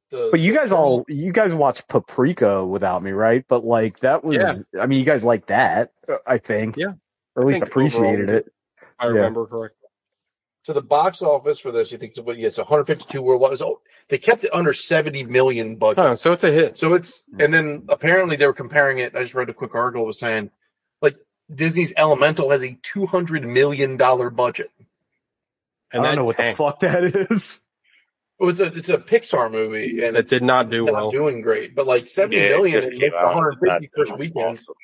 S4: The,
S2: But you
S4: the
S2: guys
S4: turtle-
S2: all you guys watched Paprika without me, right? But like that was I mean you guys like that, I think.
S3: Yeah.
S2: Or at
S3: I
S2: least
S3: think
S2: appreciated
S3: overall-
S2: it.
S3: I
S2: Yeah.
S3: remember correctly.
S4: So the box office for this, you think, well, yes, 152 worldwide. So they kept it under 70 million budget.
S3: Huh, so it's a hit.
S4: So it's, and then apparently they were comparing it. I just read a quick article was saying, like Disney's Elemental has a 200 million dollar budget.
S3: And
S2: I
S3: that
S2: don't know what
S3: tanked.
S2: the fuck that is.
S4: Well, it's a it's a Pixar movie and
S3: That
S4: it's
S3: did not do
S4: not
S3: well.
S4: doing great, but like 70
S1: Yeah, it
S4: million
S1: just
S4: and
S1: came
S4: it's
S1: out.
S4: 150
S1: That's
S4: first weekend.
S1: awesome.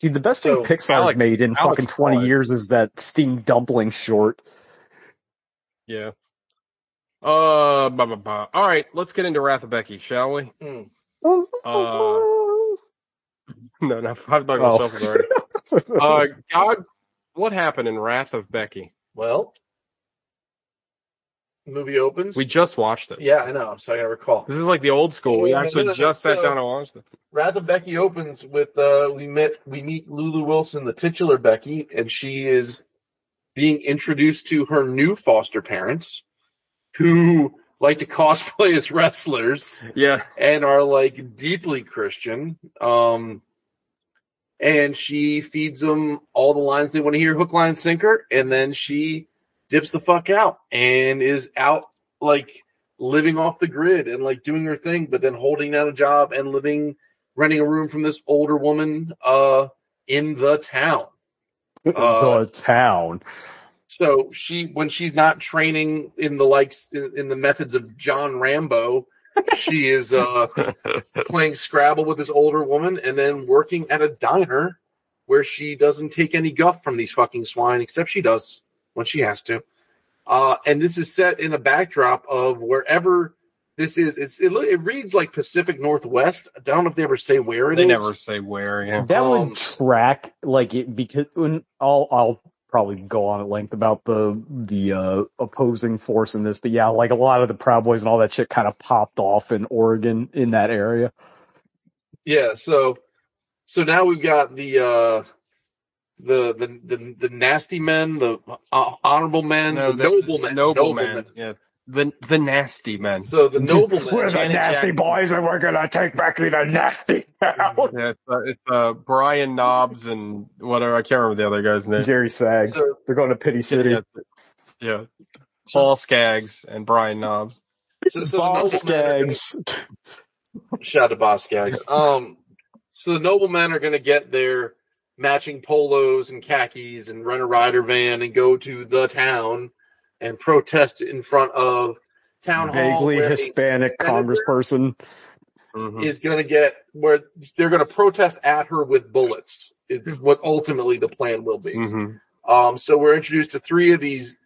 S2: Dude, the best
S4: So,
S2: thing Pixar's
S3: Alex-
S2: made in
S3: Alex
S2: fucking 20
S3: saw it.
S2: years is that steam dumpling short.
S3: Yeah. Uh, bah, bah, bah. all right. Let's get into Wrath of Becky, shall we?
S4: Mm.
S3: Uh,
S4: Uh,
S3: No, no, I've dug
S2: Oh.
S3: myself already. Uh, God, what happened in Wrath of Becky?
S4: Well, movie opens.
S3: We just watched it.
S4: yeah, I know. So I gotta recall.
S3: This is like the old school. We
S4: Yeah,
S3: actually
S4: no, no, no,
S3: just sat
S4: so-
S3: down and watched it.
S4: Rather Becky opens with uh we met we meet Lulu Wilson, the titular Becky, and she is being introduced to her new foster parents who like to cosplay as wrestlers
S3: Yeah.
S4: and are like deeply Christian. Um and she feeds them all the lines they want to hear, hook, line, sinker, and then she dips the fuck out and is out like living off the grid and like doing her thing, but then holding down a job and living, renting a room from this older woman, uh, in the town. uh,
S2: the town.
S4: So she, when she's not training in the likes, in, in the methods of John Rambo, she is, uh, playing Scrabble with this older woman and then working at a diner where she doesn't take any guff from these fucking swine, except she does when she has to. Uh, and this is set in a backdrop of wherever this is. It's, it, lo- it reads like Pacific Northwest. I don't know if they ever say where it is.
S3: They never say where. Yeah.
S2: That
S4: um,
S2: would track like it because when I'll I'll probably go on at length about the the uh, opposing force in this, but yeah, like a lot of the Proud Boys and all that shit kind of popped off in Oregon in that area.
S4: Yeah. So, so now we've got the, uh, the, the, the, the nasty men, the uh, honorable men,
S3: No,
S4: the
S3: that-
S4: noblemen,
S3: Nobleman. Yeah. The the nasty men.
S4: So the noblemen.
S2: We're the
S3: Janet
S2: nasty
S3: Jackson.
S2: boys, and we're gonna take back the nasty town.
S3: Yeah, it's, uh, it's uh Brian Knobs and whatever. I can't remember the other guy's name.
S2: Jerry Sags.
S4: So-
S2: They're going to Pity City.
S3: Yeah, yeah. Paul Skaggs and Brian Knobs.
S4: So, so the
S2: Bob
S4: noblemen are gonna-
S2: Skaggs.
S4: Shout out to Boss Gags. Um, so the noblemen are going to get their matching polos and khakis and rent a rider van and go to the town and protest in front of town hall.
S2: Vaguely
S4: where a
S2: Hispanic
S4: senator
S2: congressperson. Hmm.
S3: Mhm.
S4: is going to get where they're going to protest at her with bullets. It's
S2: Hmm.
S4: what ultimately the plan will be.
S3: Mhm.
S4: Um, so we're introduced to three of these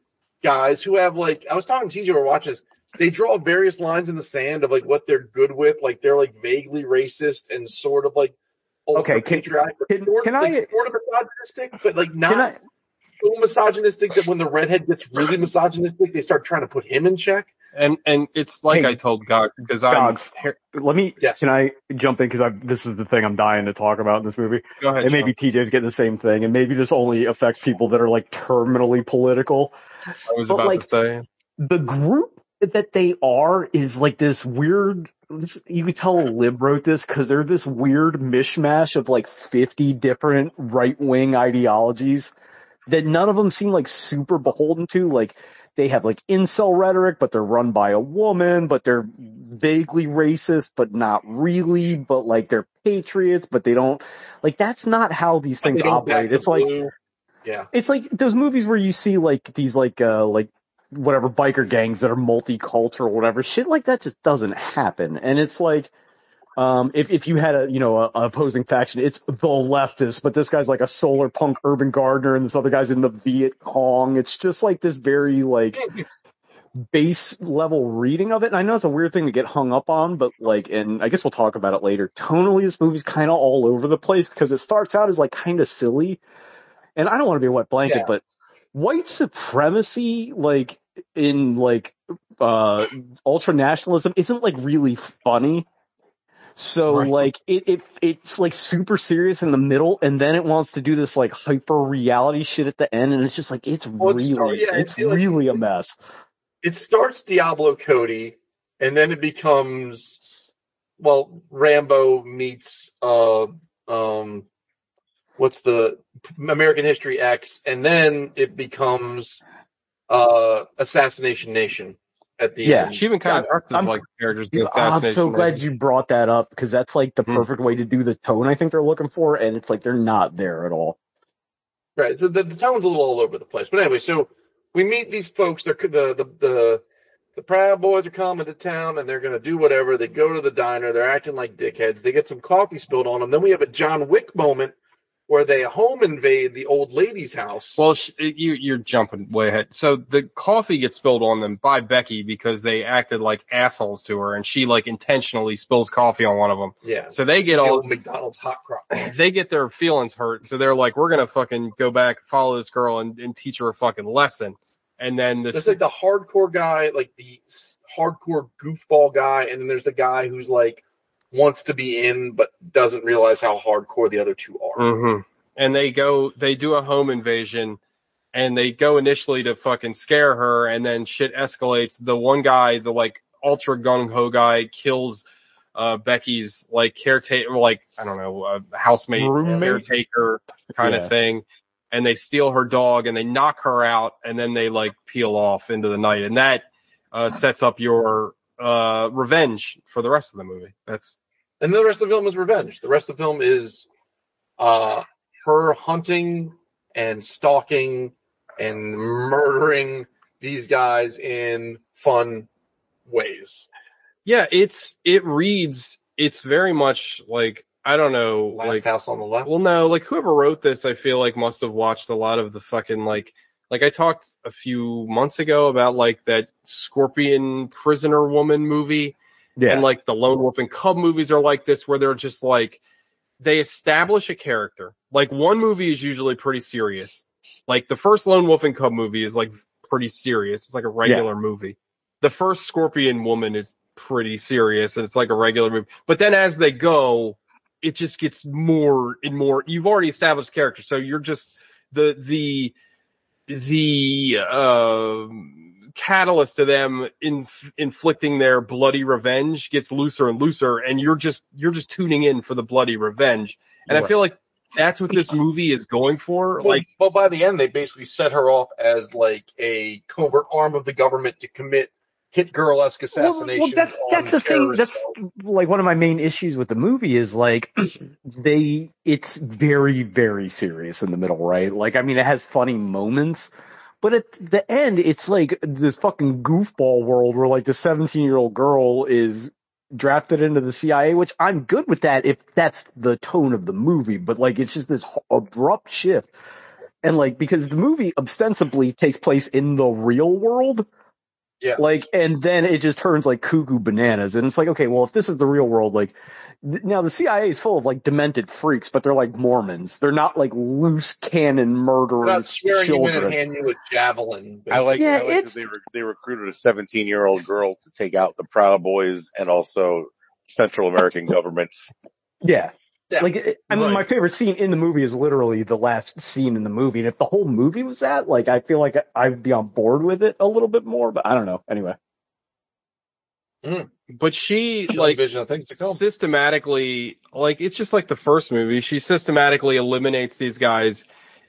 S4: guys who have like, I was talking to TJ, we were watching this. They draw various lines in the sand of like what they're good with. Like they're like vaguely racist and sort of like
S2: Okay, can-
S4: patriotic, but
S2: can-
S4: sort,
S2: can
S4: like,
S2: I-
S4: sort of misogynistic, but like
S2: Can
S4: not
S2: I,
S4: so misogynistic that when the redhead gets really misogynistic, they start trying to put him in check.
S3: And and it's like
S2: Hey,
S3: I told God because I'm
S2: Gogs. let me,
S4: Yes.
S2: can I jump in? Cause I, this is the thing I'm dying to talk about in this movie.
S3: Go ahead.
S2: And maybe TJ's getting the same thing. And maybe this only affects people that are like terminally political.
S3: Sean. I was
S2: but,
S3: about
S2: like-
S3: to say.
S2: the group that they are is like this weird this, you could tell lib wrote this because they're this weird mishmash of like 50 different right-wing ideologies that none of them seem like super beholden to like they have like incel rhetoric but they're run by a woman but they're vaguely racist but not really but like they're patriots but they don't like that's not how these things
S4: They don't
S2: operate
S4: back the
S2: it's like
S4: blue. yeah.
S2: it's like those movies where you see like these like uh like whatever biker gangs that are multicultural or whatever shit like that just doesn't happen and it's like um if if you had a you know a, a opposing faction it's the leftists but this guy's like a solar punk urban gardener and this other guy's in the Viet Cong it's just like this very like base level reading of it. And I know it's a weird thing to get hung up on, but like, and I guess we'll talk about it later. Tonally, this movie's kind of all over the place because it starts out as like kind of silly. And I don't want to be a wet blanket,
S4: Yeah.
S2: but white supremacy, like in like, uh, ultra nationalism isn't like really funny. So
S3: Right.
S2: like it, it it's like super serious in the middle and then it wants to do this like hyper reality shit at the end and it's just like it's
S4: Well, it's-
S2: really
S4: yeah, I
S2: it's
S4: feel like-
S2: really a mess.
S4: It starts Diablo Cody, and then it becomes well Rambo meets uh um what's the American History X, and then it becomes uh Assassination Nation at the
S2: Yeah.
S4: end.
S3: She even kind of acts as
S2: I'm-
S3: like characters.
S2: Dude, I'm so glad you brought that up because that's like the
S3: Hmm.
S2: perfect way to do the tone I think they're looking for, and it's like they're not there at all.
S4: Right. So the, the town's a little all over the place. But anyway, so we meet these folks. They're co- the the the the Proud Boys are coming to town, and they're going to do whatever. They go to the diner. They're acting like dickheads. They get some coffee spilled on them. Then we have a John Wick moment where they home invade the old lady's house.
S3: Well, sh- uh, you, you're jumping way ahead. So the coffee gets spilled on them by Becky because they acted like assholes to her, and she like intentionally spills coffee on one of them.
S4: yeah.
S3: So they get
S4: The
S3: all
S4: old McDonald's hot crock.
S3: they get their feelings hurt. So they're like, we're gonna fucking go back, follow this girl, and, and teach her a fucking lesson. And then this,
S4: There's like the hardcore guy, like the s- hardcore goofball guy, and then there's the guy who's like wants to be in but doesn't realize how hardcore the other two are.
S3: Mhm. and they go, they do a home invasion, and they go initially to fucking scare her, and then shit escalates. The one guy, the like ultra gung ho guy, kills. Uh, Becky's like caretaker, like, I don't know, uh, housemate,
S2: Roommate?
S3: caretaker kind
S2: Yeah.
S3: of thing. And they steal her dog and they knock her out and then they like peel off into the night. And that, uh, sets up your, uh, revenge for the rest of the movie. That's,
S4: And the rest of the film is revenge. The rest of the film is uh her hunting and stalking and murdering these guys in fun ways.
S3: yeah, it's, it reads, it's very much like, I don't know,
S4: Last
S3: like,
S4: house on the left.
S3: Well, no, like whoever wrote this, I feel like must have watched a lot of the fucking like, like I talked a few months ago about like that Scorpion Prisoner Woman movie
S2: Yeah,
S3: and like the Lone Wolf and Cub movies are like this where they're just like, they establish a character. Like one movie is usually pretty serious. Like the first Lone Wolf and Cub movie is like pretty serious. It's like a regular movie. The first Scorpion Woman is pretty serious and it's like a regular movie. But then as they go, it just gets more and more. You've already established character, so you're just the the the um catalyst to them inf- inflicting their bloody revenge gets looser and looser, and you're just you're just tuning in for the bloody revenge. And I
S2: Right.
S3: feel like that's what this movie is going for.
S4: Well,
S3: Like,
S4: but by the end, they basically set her off as like a covert arm of the government to commit hit girl esque assassinations.
S2: Well, that's
S4: on
S2: that's the thing.
S4: terrorist
S2: That's
S4: cells.
S2: like one of my main issues with the movie is like they it's very very serious in the middle, right? Like I mean, it has funny moments, but at the end, it's like this fucking goofball world where like the seventeen year old girl is drafted into the CIA, which I'm good with that if that's the tone of the movie. But like, it's just this h- abrupt shift. And like, because the movie ostensibly takes place in the real world,
S4: yeah.
S2: like, and then it just turns like cuckoo bananas. And it's like, okay, well, if this is the real world, like, th- now the CIA is full of like demented freaks, but they're like Mormons. They're not like loose cannon
S4: They're
S2: murderers.
S4: not swearing you in and
S2: children.
S4: hand you a javelin.
S1: I like,
S2: Yeah,
S1: I like
S2: it's-
S1: that they, re- they recruited a 17 year old girl to take out the Proud Boys and also Central American governments.
S2: Yeah.
S4: Yeah.
S2: Like, it- I mean,
S3: Right.
S2: my favorite scene in the movie is literally the last scene in the movie. And if the whole movie was that, like, I feel like I- I'd be on board with it a little bit more, but I don't know. Anyway.
S3: but she
S4: Chilling
S3: like
S4: vision of things to come.
S3: systematically like it's just like the first movie she systematically eliminates these guys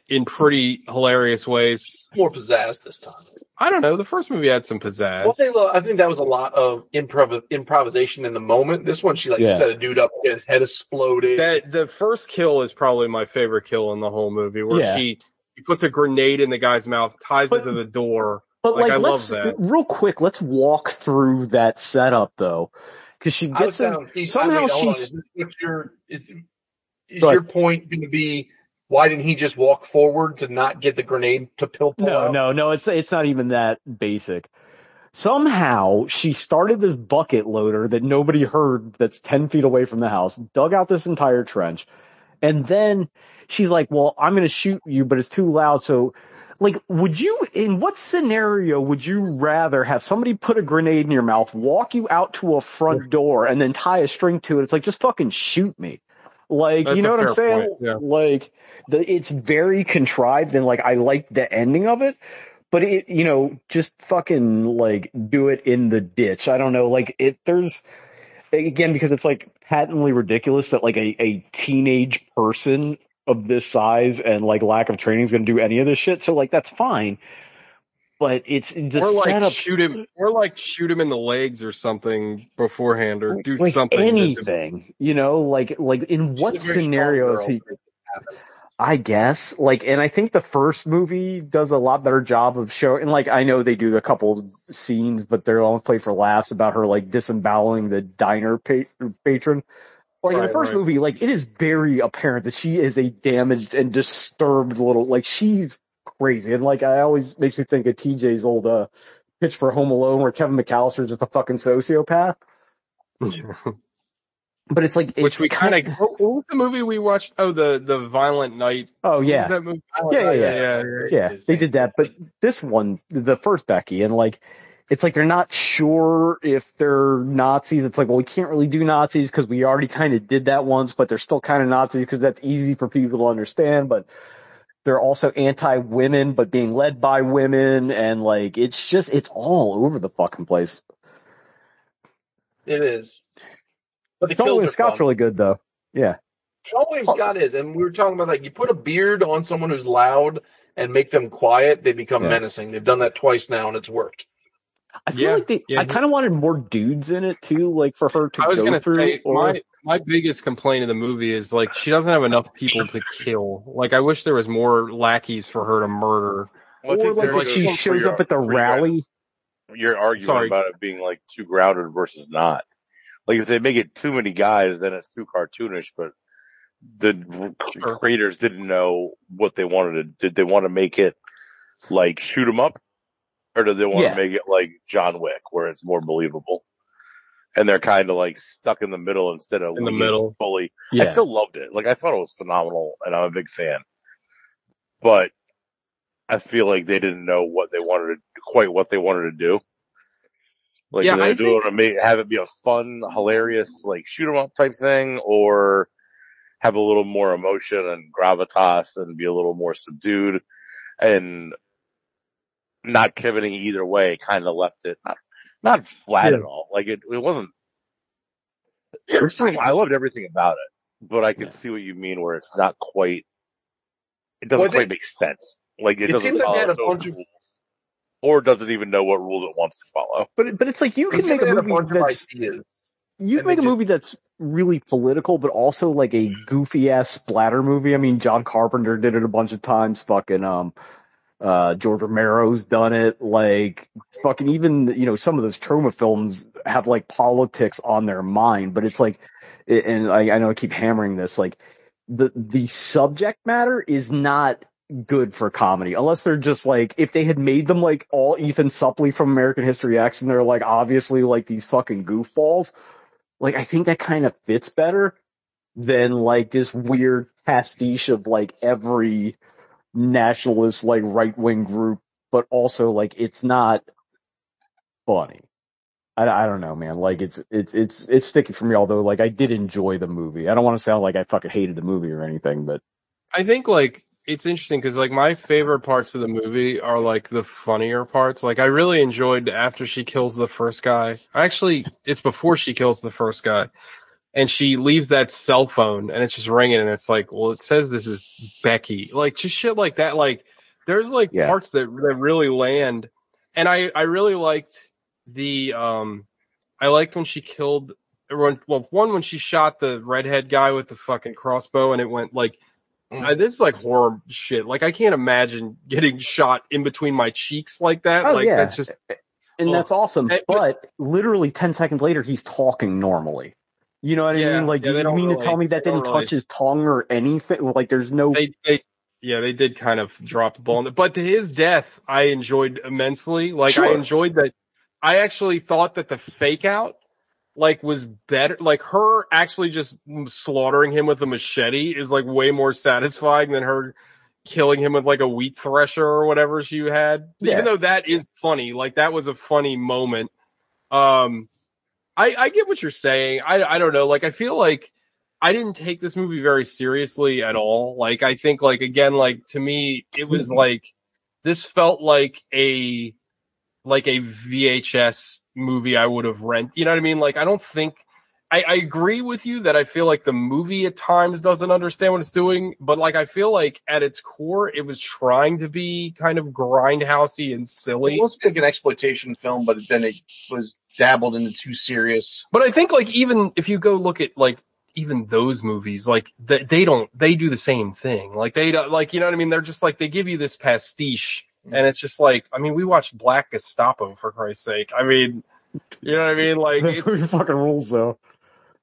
S3: in pretty hilarious ways
S4: More pizzazz this time.
S3: i don't know the first movie had some pizzazz
S4: Well, they, lo- I think that was a lot of improv improvisation in the moment. This one, she like
S2: Yeah.
S4: set a dude up, his head exploded.
S3: that the first kill is probably my favorite kill in the whole movie where
S2: Yeah.
S3: she she puts a grenade in the guy's mouth ties
S2: But-
S3: it to the door
S2: But
S3: Like,
S2: like,
S3: I love
S2: let's
S3: that.
S2: real quick. Let's walk through that setup though, because she
S4: I was
S2: gets in.
S4: down. See, I
S2: Somehow
S4: mean, hold on.
S2: she's
S4: Is this what your is, is
S2: Go
S4: your point going to be? Why didn't he just walk forward to not get the grenade to pill pull
S2: No,
S4: out?
S2: no, no. It's it's not even that basic. Somehow she started this bucket loader that nobody heard that's 10 feet away from the house, dug out this entire trench. And then she's like, well, I'm going to shoot you, but it's too loud. So like, would you, in what scenario would you rather have somebody put a grenade in your mouth, walk you out to a front door and then tie a string to it? It's like, just fucking shoot me. Like,
S3: That's
S2: you
S3: a
S2: know what I'm
S3: fair
S2: saying?
S3: point, yeah.
S2: Like, the, it's very contrived and like, I like the ending of it but it you know just fucking like do it in the ditch i don't know like it there's again because it's like patently ridiculous that like a, a teenage person of this size and like lack of training is going to do any of this shit so like that's fine but it's the
S3: or like
S2: setup
S3: shoot him, or like shoot him in the legs or something beforehand, or do
S2: like
S3: something. that's-
S2: anything you know like like in what
S4: She's a very strong
S2: scenario is
S4: girl.
S2: he I guess. Like, and I think the first movie does a lot better job of showing, like, I know they do a couple scenes, but they're all played for laughs about her, like, disemboweling the diner pa- patron. Like, in
S3: Right,
S2: the first
S3: right.
S2: movie, like, it is very apparent that she is a damaged and disturbed little, like, she's crazy. And, like, I always makes me think of TJ's old, uh, pitch for Home Alone where Kevin McAllister's just a fucking sociopath. But it's like,
S3: Which
S2: it's
S3: we kind
S2: kin-
S3: of. What what was the movie we watched? Oh, the the Violent Night.
S2: oh
S3: What was
S2: yeah.
S3: that movie?
S2: Yeah, yeah, yeah.
S3: yeah,
S2: Yeah, they did that, but this one, the first Becky, and like, it's like they're not sure if they're Nazis. It's like, well, we can't really do Nazis because we already kind of did that once, but they're still kind of Nazis because that's easy for people to understand. But they're also anti-women, but being led by women, and like, it's just, it's all over the fucking place.
S4: It is. But the
S2: Sean
S4: kills
S2: William
S4: are
S2: Scott's
S4: fun.
S2: really good though. Yeah,
S4: Sean William
S2: Awesome.
S4: Scott is, and we were talking about that. You put a beard on someone who's loud and make them quiet, they become
S2: Yeah.
S4: menacing. They've done that twice now, and it's worked.
S2: I feel
S3: Yeah,
S2: like they,
S3: yeah.
S2: I kind of wanted more dudes in it too, like for her to
S3: I was
S2: go
S3: gonna
S2: through.
S3: say
S2: or
S3: my my biggest complaint of the movie is like she doesn't have enough people to kill. Like I wish there was more lackeys for her to murder.
S4: Well,
S2: or
S4: it's
S2: like
S4: exactly
S2: that
S4: what
S2: she
S4: it
S1: for
S4: is.
S2: shows
S1: your-
S2: up at the
S1: for your-
S2: rally.
S1: Your argument
S3: Sorry.
S1: about it being like too grounded versus not. Like if they make it too many guys, then it's too cartoonish, but the
S3: Sure.
S1: creators didn't know what they wanted to, did they want to make it like shoot 'em up or do they want
S2: Yeah.
S1: to make it like John Wick where it's more believable? And they're kind of like stuck in the middle instead of
S3: In the
S1: leaning
S3: middle.
S1: fully. I
S2: Yeah.
S1: still loved it. Like I thought it was phenomenal and I'm a big fan, but I feel like they didn't know what they wanted to, quite what they wanted to do. Like
S3: Yeah,
S1: do
S3: I
S1: they do
S3: think-
S1: it to make, have it be a fun, hilarious, like shoot 'em up type thing or have a little more emotion and gravitas and be a little more subdued and not pivoting either way kind of left it not, not flat
S2: Yeah.
S1: at all. Like it, it wasn't, I loved everything about it, but I can
S2: Yeah.
S1: see what you mean where it's not quite, it doesn't
S4: Well, I
S1: quite
S4: think-
S1: make sense. Like it,
S4: It
S1: doesn't
S4: seems like
S1: follow
S4: they had a
S1: its own
S4: bunch of
S1: rules or doesn't even know what rules it wants to follow.
S2: But it- but it's like you
S4: it
S2: can
S4: seems
S2: make
S4: like
S2: a
S4: they had a
S2: movie
S4: bunch of
S2: that's
S4: ideas.
S2: you
S4: and
S2: can make
S4: they
S2: a
S4: just- Mm-hmm.
S2: movie that's really political, but also like a goofy ass splatter movie. I mean, John Carpenter did it a bunch of times. Fucking um, uh, George Romero's done it. Like fucking even you know some of those trauma films have like politics on their mind, but it's like, and I, I know I keep hammering this like the the subject matter is not good for comedy unless they're just like if they had made them like all Ethan Suppley from American History X and they're like obviously like these fucking goofballs like I think that kind of fits better than like this weird pastiche of like every nationalist like right wing group, but also like it's not funny. I, I don't know, man. Like it's it's it's it's sticky for me. Although like I did enjoy the movie. I don't want to sound like I fucking hated the movie or anything, but
S3: I think like it's interesting because like my favorite parts of the movie are like the funnier parts. Like I really enjoyed after she kills the first guy. Actually, it's before she kills the first guy, and she leaves that cell phone and it's just ringing, and it's like, well, it says this is Becky. Like just shit like that. Like there's like
S2: Yeah.
S3: parts that that really land, and I I really liked the um I liked when she killed everyone. Well, one when she shot the redhead guy with the fucking crossbow, and it went like.
S2: Mm.
S3: I, this is like horror shit. Like I can't imagine getting shot in between my cheeks like that.
S2: Oh,
S3: like
S2: yeah.
S3: that's just
S2: and
S3: Oh.
S2: that's awesome.
S3: That-
S2: But literally ten seconds later, he's talking normally. You know what I
S3: Yeah,
S2: mean? Like
S3: yeah,
S2: you,
S3: they
S2: you
S3: don't
S2: mean to
S3: really-
S2: tell me that
S3: they don't
S2: didn't
S3: really-
S2: touch his tongue or anything? Like there's no
S3: they they yeah they did kind of drop the ball on it. But to his death, I enjoyed immensely. Like
S2: Sure.
S3: I enjoyed that I actually thought that the fake out like was better. Like her actually just slaughtering him with a machete is like way more satisfying than her killing him with like a wheat thresher or whatever she had.
S2: Yeah.
S3: Even though that is funny, like that was a funny moment. Um, I, I get what you're saying. I, I don't know. Like I feel like I didn't take this movie very seriously at all. Like I think like again, like to me, it was like this felt like a, like a VHS movie I would have rent. You know what I mean? Like I don't think I, I agree with you that I feel like the movie at times doesn't understand what it's doing, but like I feel like at its core it was trying to be kind of grindhousey and silly.
S4: It was like an exploitation film, but then it was dabbled into too serious.
S3: But I think like even if you go look at like even those movies, like they, they don't they do the same thing. Like they don't like you know what I mean. They're just like they give you this pastiche,
S2: Mm-hmm.
S3: and it's just like I mean we watched Black Gestapo for Christ's sake. I mean, you know what I mean? Like
S2: That
S3: it's,
S2: movie fucking rules though.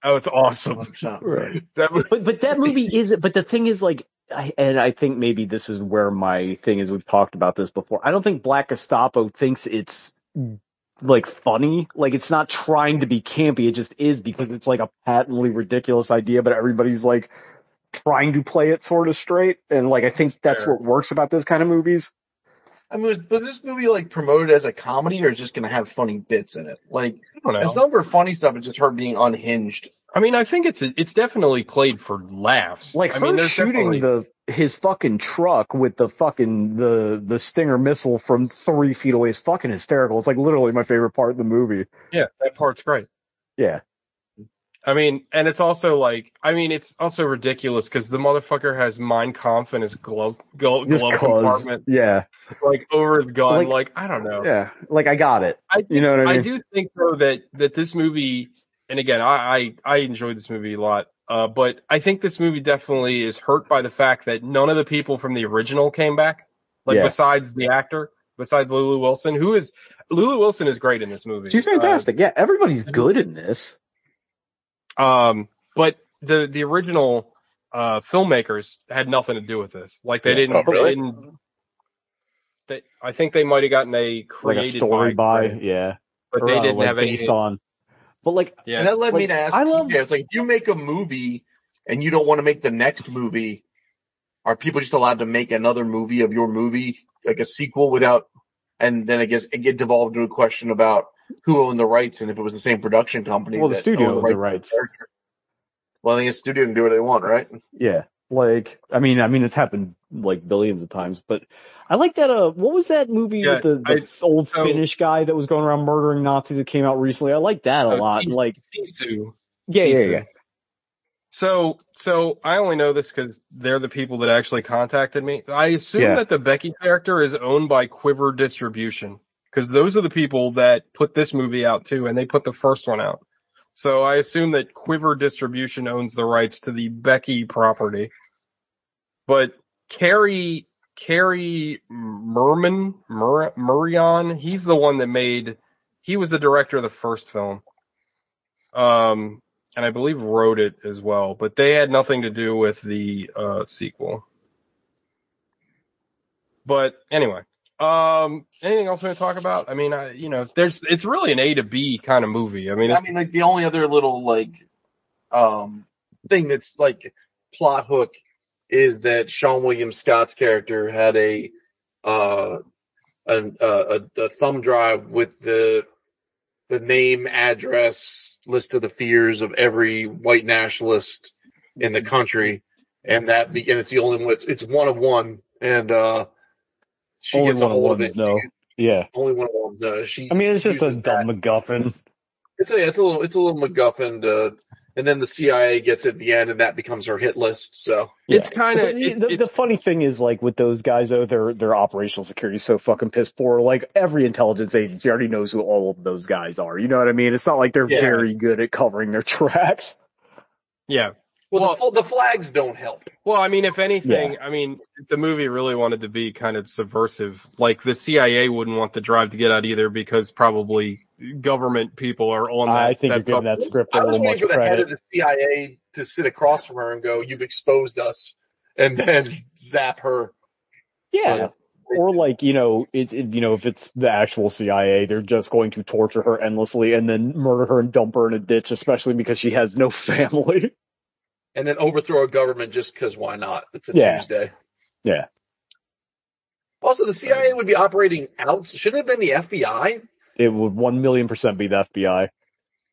S3: oh, it's awesome.
S2: Right.
S3: That was,
S2: But but that movie is. But the thing is, like, I, and I think maybe this is where my thing is. We've talked about this before. I don't think Black Gestapo thinks it's like funny. Like, it's not trying to be campy. It just is because it's like a patently ridiculous idea, but everybody's like trying to play it sort of straight. And like, I think that's
S3: Fair.
S2: what works about those kind of movies.
S4: I mean, was, was this movie like promoted as a comedy or is just going to have funny bits in it? Like,
S3: I don't know.
S4: and some of her funny stuff is just her being unhinged.
S3: I mean, I think it's it's definitely played for laughs.
S2: Like her
S3: I mean, there's
S2: shooting
S3: definitely-
S2: the his fucking truck with the fucking the the stinger missile from three feet away is fucking hysterical. It's like literally my favorite part of the movie.
S3: yeah, that part's great.
S2: Yeah.
S3: I mean, and it's also like, I mean, it's also ridiculous because the motherfucker has mind conf in his glove glove,
S2: Just
S3: glove
S2: cause.
S3: compartment,
S2: Yeah.
S3: like over his gun.
S2: Like-
S3: Like, I don't know.
S2: Yeah. Like I got it.
S3: I-
S2: you know what I mean?
S3: I do think though that that this movie, and again, I I, I enjoyed this movie a lot, uh, but I think this movie definitely is hurt by the fact that none of the people from the original came back, like
S2: Yeah.
S3: besides the actor, besides Lulu Wilson, who is Lulu Wilson is great in this movie.
S2: She's fantastic. yeah. Everybody's good in this.
S3: Uh, um, but the the original uh filmmakers had nothing to do with this. Like they
S2: Yeah.
S3: didn't.
S1: Oh, really?
S3: They didn't they, I think they might have gotten a
S2: Like
S3: created
S2: a story by.
S3: by,
S2: Yeah.
S3: but
S2: Or,
S3: they
S2: uh,
S3: didn't
S2: like,
S3: have
S2: based
S3: anything.
S2: on. But like
S3: Yeah.
S4: And that led me
S2: Like,
S4: to ask
S2: I love-
S4: TJ, I was like, you make a movie and you don't want to make the next movie. Are people just allowed to make another movie of your movie, like a sequel without, and then I guess it get devolved to a question about who owned the rights and if it was the same production company.
S2: Well, the
S4: that
S2: studio
S4: owned
S2: owns the
S4: rights to
S2: rights.
S4: the character. Well, I think a studio can do what they want, right?
S2: Yeah. Like, I mean, I mean, it's happened like billions of times, but I like that. Uh, what was that movie
S3: Yeah,
S2: with the, the old
S3: so-
S2: Finnish guy that was going around murdering Nazis that came out recently? I like that a
S3: So
S2: lot.
S3: Sisu-
S2: And, like,
S3: Sisu.
S2: yeah, yeah, yeah.
S3: Sisu. So, so I only know this because they're the people that actually contacted me. I assume
S2: Yeah.
S3: that the Becky character is owned by Quiver Distribution because those are the people that put this movie out too, and they put the first one out. So I assume that Quiver Distribution owns the rights to the Becky property. But Carrie, Carrie Merman, Mur- Murion, he's the one that made, he was the director of the first film. Um, and I believe wrote it as well, but they had nothing to do with the uh, sequel. But anyway, um, anything else we want to talk about? I mean, I, you know, there's it's really an A to B kind of movie. I mean,
S4: I
S3: it's,
S4: mean, like the only other little like um thing that's like plot hook is that Sean William Scott's character had a uh an, uh, a, a thumb drive with the the name, address, list of the fears of every white nationalist in the country, and that be, and it's the only one. It's, it's one of one, and uh she
S2: Only
S4: gets a
S2: one of
S4: hold of
S2: ones,
S4: it.
S2: no.
S4: She-
S2: Yeah.
S4: only one of ones. No, she.
S2: I mean, it's just a
S4: uses that.
S2: dumb MacGuffin.
S4: It's a, it's a little, it's a little MacGuffin, to, and then the CIA gets it at the end, and that becomes her hit list. So
S3: it's kind of
S2: But the, the, the funny thing is, like with those guys though, their their operational security is so fucking piss poor. Like every intelligence agency already knows who all of those guys are. You know what I mean? It's not like they're
S3: Yeah.
S2: very good at covering their tracks.
S3: yeah.
S4: well,
S3: Well-
S4: the, fl- the flags don't help.
S3: Well, I mean, if anything, I mean, the movie really wanted to be kind of subversive. Like the CIA wouldn't want the drive to get out either because probably government people are on that.
S2: I think
S3: that
S2: you're giving
S3: fuck-
S2: that script
S4: I
S2: a
S4: was
S2: little
S4: waiting
S2: much
S4: for the head of
S2: credit.
S4: the CIA to sit across from her and go, "You've exposed us," and then zap her.
S2: Yeah, or like you know, it's it, you know, if it's the actual CIA, they're just going to torture her endlessly and then murder her and dump her in a ditch, especially because she has no family.
S4: and then overthrow a government just because why not? It's a
S2: Yeah.
S4: Tuesday.
S2: Yeah.
S4: Also, the CIA would be operating out. Shouldn't it have been the FBI?
S2: It would one million percent be the FBI.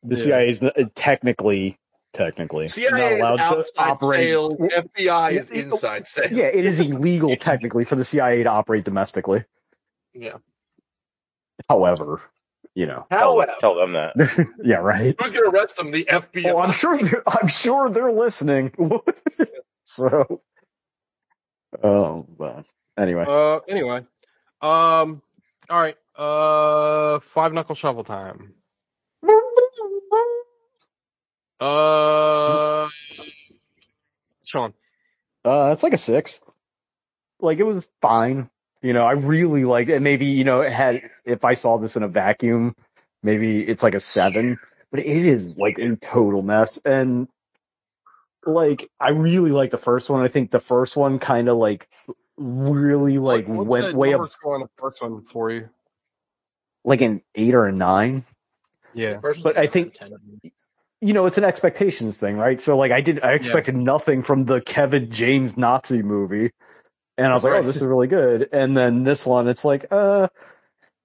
S2: The
S3: Yeah.
S2: CIA is n- uh, technically, technically
S4: CIA is outside sales. FBI is inside sales.
S2: Yeah, it is illegal technically for the CIA to operate domestically.
S4: Yeah.
S2: However, you know,
S4: Oh,
S1: Tell,
S4: However,
S1: tell them that.
S2: yeah, right.
S4: who's going to arrest them? The FBI.
S2: Oh, I'm sure. They're, I'm sure they're listening. so, um, but anyway,
S3: Uh, anyway, um, all right. Uh, five knuckle shovel time. Uh, Sean.
S2: uh, it's like a six. Like it was fine. You know, I really liked it. Maybe you know, it had if I saw this in a vacuum, maybe it's like a seven. But it is like a total mess. And like, I really like the first one. I think the first one kind of like really like
S3: What- what's
S2: went
S3: the
S2: way
S3: number
S2: up,
S3: score on the first one for you?
S2: like an eight or a nine.
S3: Yeah.
S4: First-
S2: But I think- you know, it's an expectations thing, right? So like I did, I expected nothing from the Kevin James Nazi movie, and I was like,
S3: Right.
S2: oh, this is really good. And then this one, it's like, uh,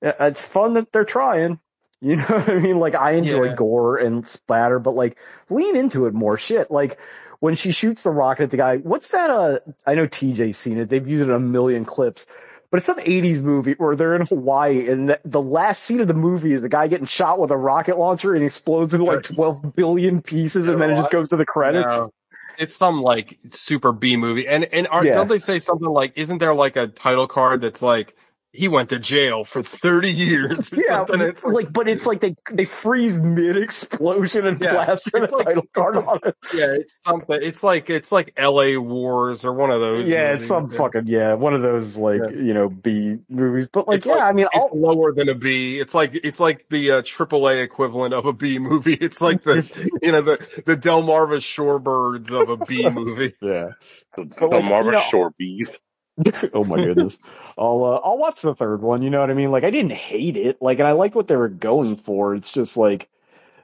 S2: it's fun that they're trying. You know what I mean? Like I enjoy
S3: Yeah.
S2: gore and splatter, but like lean into it more. Shit, like when she shoots the rocket at the guy, what's that? Uh, I know TJ's seen it. They've used it in a million clips. But it's some 80s movie where they're in Hawaii and the, the last scene of the movie is the guy getting shot with a rocket launcher and he explodes into like 12 billion pieces and then it just goes to the credits.
S3: No. It's some like super B movie, and and are,
S2: Yeah.
S3: don't they say something like, isn't there like a title card that's like, he went to jail for thirty years? Or
S2: Yeah,
S3: something? It's
S2: like, but it's like they they freeze mid explosion and
S3: Yeah,
S2: plaster the
S3: it's like-
S2: title card on it.
S3: yeah, it's something. It's like it's like L.A. Wars or one of those.
S2: Yeah, it's some
S3: movies.
S2: fucking yeah, one of those like
S3: Yeah.
S2: you know B movies. But like,
S3: It's
S2: yeah,
S3: like-
S2: I mean,
S3: It's
S2: all,
S3: lower than a B. It's like it's like the uh, AAA equivalent of a B movie. It's like the you know the the Delmarva Shorebirds of a B movie.
S2: yeah.
S1: The,
S2: But, like,
S1: the Marva
S2: you know-
S1: Shore bees.
S2: Oh my goodness, I'll uh, I'll watch the third one. You know what I mean? Like, I didn't hate it. Like, and I liked what they were going for. It's just like,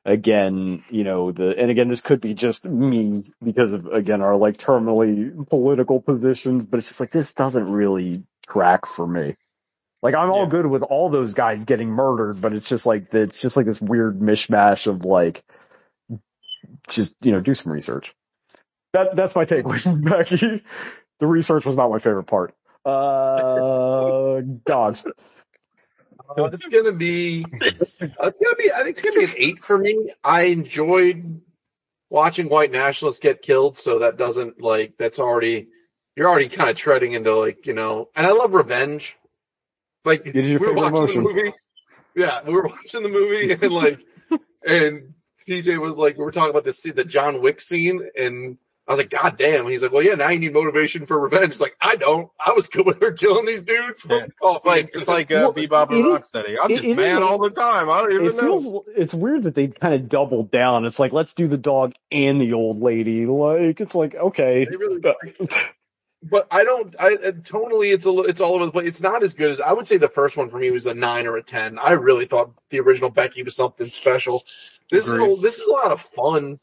S2: again, you know, the and again, this could be just me because of again our like terminally political positions. But it's just like this doesn't really track for me. Like I'm all
S3: Yeah.
S2: good with all those guys getting murdered, but it's just like it's just like this weird mishmash of like just you know do some research. That that's my takeaway, from Becky. The research was not my favorite part. Uh, dogs.
S4: Uh, it's gonna be. uh, It's gonna be. I think it's gonna be an eight for me. I enjoyed watching white nationalists get killed, so that doesn't like that's already you're already kind of treading into like you know. And I love revenge. Like
S2: is your
S4: we were
S2: favorite
S4: watching
S2: emotion.
S4: the movie. Yeah, we were watching the movie and like and CJ was like we were talking about this scene, the John Wick scene and. I was like, God damn. And he's like, well, yeah, now you need motivation for revenge. It's like, I don't. I was good with her killing these dudes.
S3: Yeah. It's like it's like uh,
S2: Well,
S3: Bebop and
S2: it is-
S3: Rocksteady. I'm
S2: it-
S3: just
S2: it is-
S3: mad all the time. I don't even
S2: It
S3: know.
S2: feels it's weird that they kind of doubled down. It's like let's do the dog and the old lady. Like it's like okay,
S4: They really but I don't. I uh, tonally, it's a li- it's all over the place. It's not as good as I would say. The first one for me was a nine or a ten. I really thought the original Becky was something special. This is
S3: Agreed.
S4: a, this is a lot of fun.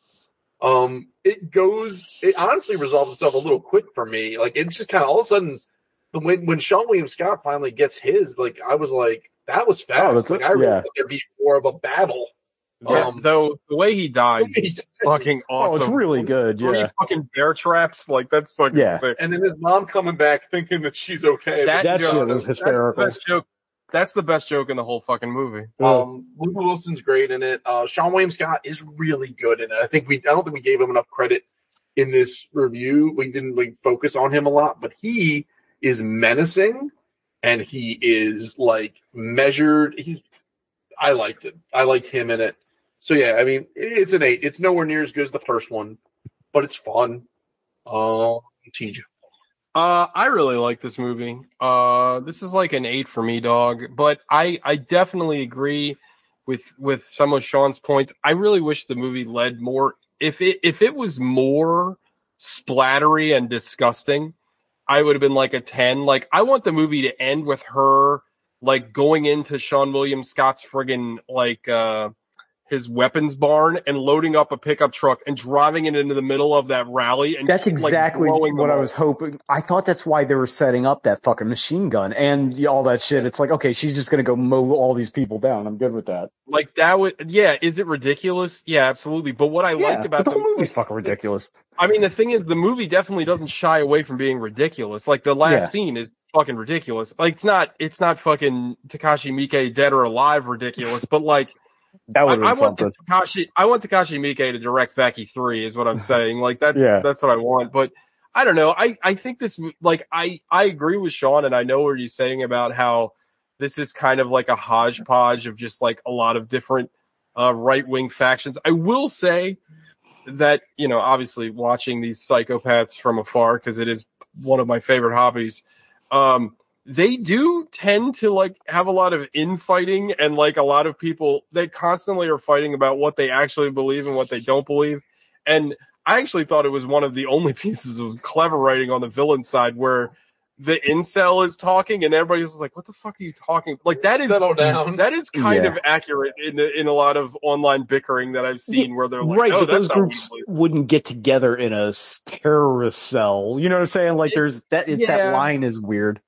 S4: Um, it goes. It honestly resolves itself a little quick for me. Like it's just kind of all of a sudden when when Sean William Scott finally gets his, like I was like that was fast.
S2: Oh, that's-
S4: like I really
S2: yeah.
S4: thought there'd be more of a battle.
S3: Yeah,
S4: Um,
S3: though the way he died is fucking awesome.
S2: oh, it's really good.
S3: Three
S2: Yeah,
S3: fucking bear traps, like that's fucking
S2: Yeah.
S3: sick.
S4: and then his mom coming back thinking that she's okay.
S3: That,
S2: That shit
S3: joke-
S2: was
S3: that's the
S2: hysterical.
S3: best joke. That's the best joke in the whole fucking movie.
S4: Um, Luke Wilson's great in it. Uh, Sean William Scott is really good in it. I think we, I don't think we gave him enough credit in this review. We didn't like focus on him a lot, but he is menacing and he is like measured. He's, I liked it. I liked him in it. So yeah, I mean, it's an eight. It's nowhere near as good as the first one, but it's fun. Uh, TJ.
S3: Uh, I really like this movie. Uh, this is like an eight for me, dog. But I, I definitely agree with with some of Sean's points. I really wish the movie led more. If it if it was more splattery and disgusting, I would have been like a 10. Like, I want the movie to end with her, like, going into Sean William Scott's friggin', like, uh, his weapons barn and loading up a pickup truck and driving it into the middle of that rally. And
S2: That's
S3: like,
S2: exactly
S3: blowing
S2: what
S3: them
S2: I
S3: up.
S2: was hoping. I thought that's why they were setting up that fucking machine gun and all that shit. It's like, okay, she's just gonna go mow all these people down. I'm good with that.
S3: Like, that would, yeah, is it ridiculous? Yeah, absolutely. But what I liked
S2: but
S3: about
S2: the whole
S3: the
S2: movie's fucking ridiculous.
S3: I mean, the thing is, the movie definitely doesn't shy away from being ridiculous. Like the last
S2: Yeah.
S3: scene is fucking ridiculous. Like it's not, it's not fucking Takashi Miike dead or alive ridiculous, but like
S2: That
S3: I,
S2: would
S3: I
S2: have been
S3: want
S2: something.
S3: the Takashi, I want Takashi Miike to direct Becky three is what I'm saying. Like that's,
S2: Yeah.
S3: that's what I want. But I don't know. I, I think this, like I, I agree with Sean and I know what he's saying about how this is kind of like a hodgepodge of just like a lot of different, uh, right wing factions. I will say that, you know, obviously watching these psychopaths from afar, cause it is one of my favorite hobbies. Um, they do tend to like have a lot of infighting and like a lot of people they constantly are fighting about what they actually believe and what they don't believe. And I actually thought it was one of the only pieces of clever writing on the villain side where the incel is talking and everybody's like, what the fuck are you talking? Like that is
S4: Settle down.
S3: that is kind
S2: Yeah.
S3: of accurate in in a lot of online bickering that I've seen where they're like,
S2: right,
S3: oh,
S2: but those
S3: that's not what
S2: groups
S3: we believe."
S2: wouldn't get together in a s- terrorist cell. You know what I'm saying? Like, there's that. It,
S3: Yeah.
S2: That line is weird.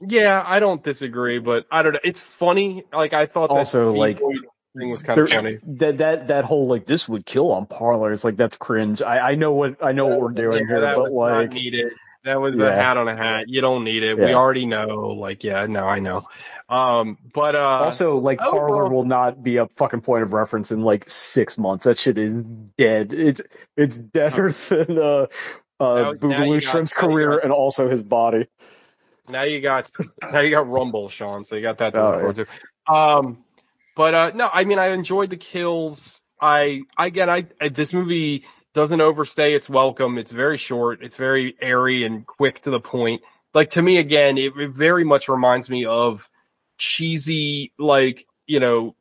S3: Yeah, I don't disagree, but I don't know. It's funny. Like I thought that
S2: Also, like,
S3: Phoebe thing was kind of
S2: there-
S3: funny.
S2: That that that whole like this would kill on parlor. It's like that's cringe. I I know what I know what we're doing
S3: Yeah,
S2: here,
S3: that
S2: but
S3: was not
S2: like,
S3: needed. That was a
S2: Yeah.
S3: hat on a hat. You don't need it. We
S2: Yeah.
S3: already know. Like, yeah, no, I know. Um, but uh,
S2: also like
S3: oh,
S2: parlor
S3: well.
S2: will not be a fucking point of reference in like six months. That shit is dead. It's it's deader than uh
S3: Now- now
S2: uh
S3: you
S2: Boogaloo
S3: got-
S2: Shrimp's
S3: now you
S2: career
S3: got-
S2: and also his body.
S3: now you got now you got Rumble, Sean. So you got that to look
S2: Oh,
S3: forward to. Um, but uh, no, I mean, I enjoyed the kills. I I- again, I, I this movie doesn't overstay its welcome. It's very short. It's very airy and quick to the point. Like to me, again, it, it very much reminds me of cheesy, like you know,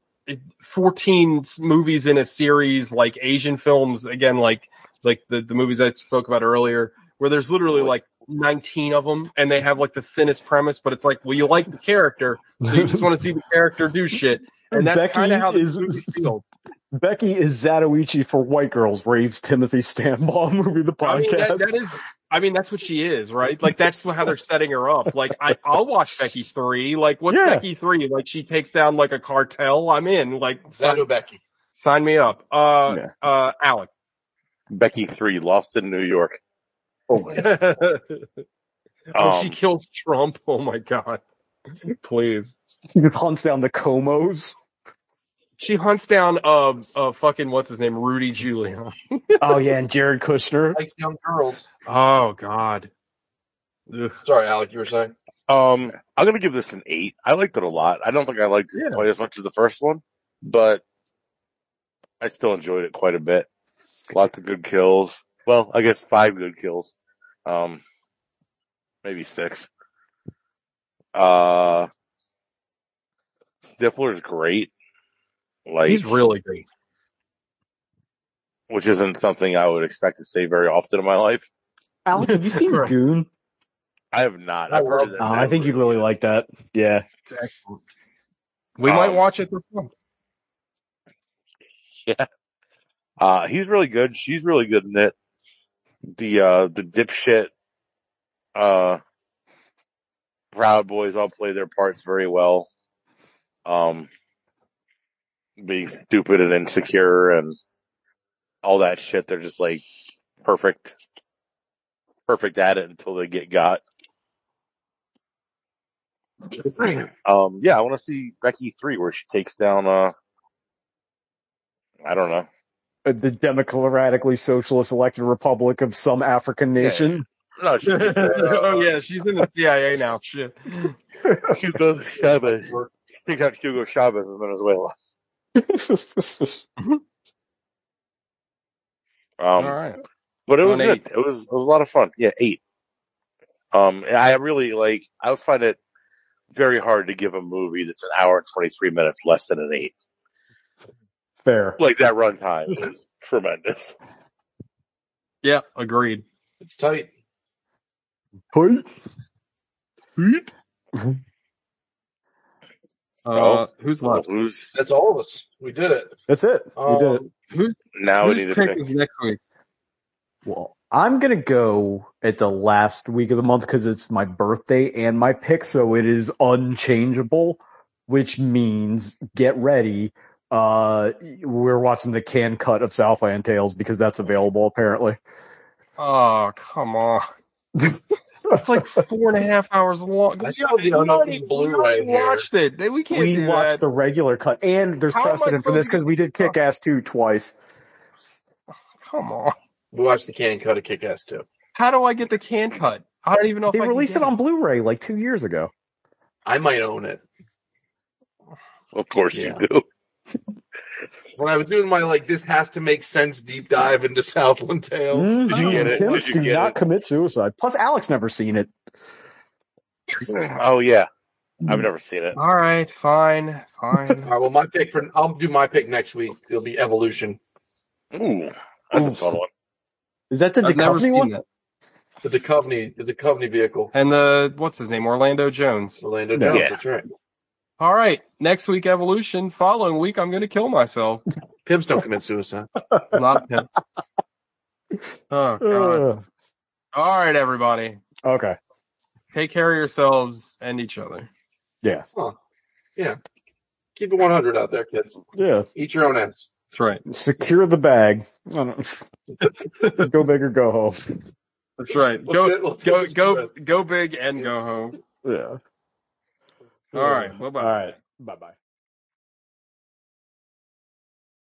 S3: 14 s- movies in a series, like Asian films. Again, like like the the movies I spoke about earlier, where there's literally like 19 of them, and they have like the thinnest premise, but it's like, well, you like the character, so you just want to see the character do shit. And that's
S2: Becky
S3: kind of how this
S2: is-
S3: movie feels.
S2: Becky is Zatoichi for white girls. Raves Timothy Stanbaugh movie the
S3: I mean,
S2: podcast.
S3: that, that is, I mean, that's what she is, right? Like, that's how they're setting her up. Like, I, I'll watch Becky three. Like, what's
S2: Yeah.
S3: Becky three? Like, she takes down like a cartel. I'm in. Like, sign,
S4: Zato Becky.
S3: sign me up. Uh,
S2: Yeah.
S3: uh, Alec.
S1: Becky three, Lost in New York.
S2: oh my
S3: oh, she
S1: Um,
S3: kills Trump. Oh my god. Please.
S2: He just hunts down the Comos.
S3: She hunts down uh, uh fucking what's his name, Rudy Giuliani.
S2: Oh yeah, and Jared Kushner.
S4: Likes young girls.
S3: Oh God. Ugh.
S4: Sorry, Alec, you were saying.
S1: um, I'm gonna give this an eight. I liked it a lot. I don't think I liked it
S3: Yeah.
S1: quite as much as the first one, but I still enjoyed it quite a bit. Lots of good kills. Well, I guess five good kills. Um, maybe six. Uh, Stifler is great. Like
S3: He's really great.
S1: which isn't something I would expect to say very often in my life.
S2: Alec, have you seen
S3: Right.
S2: Goon?
S1: I have not.
S4: I
S1: I've heard
S4: love
S1: of that.
S2: Oh, I think you'd really like that. Yeah.
S3: It's excellent. We might
S1: Um,
S3: watch it this month.
S1: Uh, he's really good. She's really good in it. The, uh, the dipshit, uh, Proud Boys all play their parts very well. Um, being stupid and insecure and all that shit. They're just like perfect, perfect at it until they get got. Um, yeah, I want to see Becky three where she takes down, uh, I don't know.
S2: Uh, The democratically socialist elected republic of some African nation.
S1: No, she takes down,
S3: oh yeah, she's in the CIA now. Shit.
S1: Hugo Chavez. Take out Hugo Chavez in Venezuela. Um,
S3: All right.
S1: but it was
S3: On
S1: good. It was it was a lot of fun. Yeah, eight. Um, and I really like. I would find it very hard to give a movie that's an hour and twenty three minutes less than an eight.
S2: Fair.
S1: Like that runtime is tremendous.
S3: Yeah, agreed.
S4: It's tight.
S2: Hey.
S3: Uh, who's
S1: Well,
S3: left?
S1: who's
S4: That's all of us. We did it.
S2: That's it.
S4: Um,
S2: we did it.
S3: Who's,
S1: now we
S3: who's
S1: need to
S3: pick
S1: pick?
S3: is next week?
S2: Well, I'm gonna go at the last week of the month because it's my birthday and my pick, so it is unchangeable, which means get ready. Uh, we're watching the can cut of Southland Tales because that's available apparently.
S3: Oh, come on. It's like four and a half hours long.
S4: I saw the
S3: We already-
S4: unreleased
S3: we
S4: Blu-ray
S3: already
S4: here.
S3: watched it. They- We can't
S2: We
S3: do
S2: watched
S3: that.
S2: the regular cut, and there's
S3: How am I
S2: precedent for this because
S3: supposed to- Oh.
S2: we did Kick Ass 2 twice.
S3: Come on.
S4: We watched the can cut of Kick Ass too.
S3: How do I get the can cut? I don't even know
S2: They
S3: if Oh, I can
S2: released
S3: get
S2: it on Blu-ray like two years ago.
S4: I might own it.
S1: Of course
S4: Yeah.
S1: you do.
S4: When I was doing my like, this has to make sense deep dive into Southland Tales.
S3: Mm.
S1: Did you get it?
S2: Pimps
S1: Did you
S2: Mm-hmm. do
S1: get
S2: not
S1: it?
S2: commit suicide. Plus, Alex never seen it.
S1: Oh yeah, I've never seen it.
S3: All right, fine, fine.
S4: All right. Well, my pick for I'll do my pick next week. It'll be Evolution,
S1: Ooh, that's a
S2: Oof.
S1: fun one.
S2: Is that the
S3: I've never
S2: Duchovny
S3: seen
S2: one?
S3: that.
S4: the Duchovny, the Duchovny vehicle.
S3: And the what's his name? Orlando Jones.
S4: Orlando
S2: No.
S4: Jones.
S1: Yeah.
S4: That's right.
S3: All right, next week evolution. Following week, I'm gonna kill myself.
S4: Pimps don't commit suicide.
S3: I'm not a pimp. Oh God.
S2: Ugh.
S3: All right, everybody.
S2: Uh, okay.
S3: Take care of yourselves and each other.
S2: Yeah.
S4: Keep it 100 out there, kids.
S2: Yeah.
S4: Eat your own ass.
S3: That's right.
S2: Secure the bag. I don't- go big or go home.
S3: That's right.
S4: Let's
S3: Go
S4: get- let's
S3: go
S4: get-
S3: go go big and go home.
S2: Yeah.
S3: All right. Bye bye.
S2: All right. Bye bye.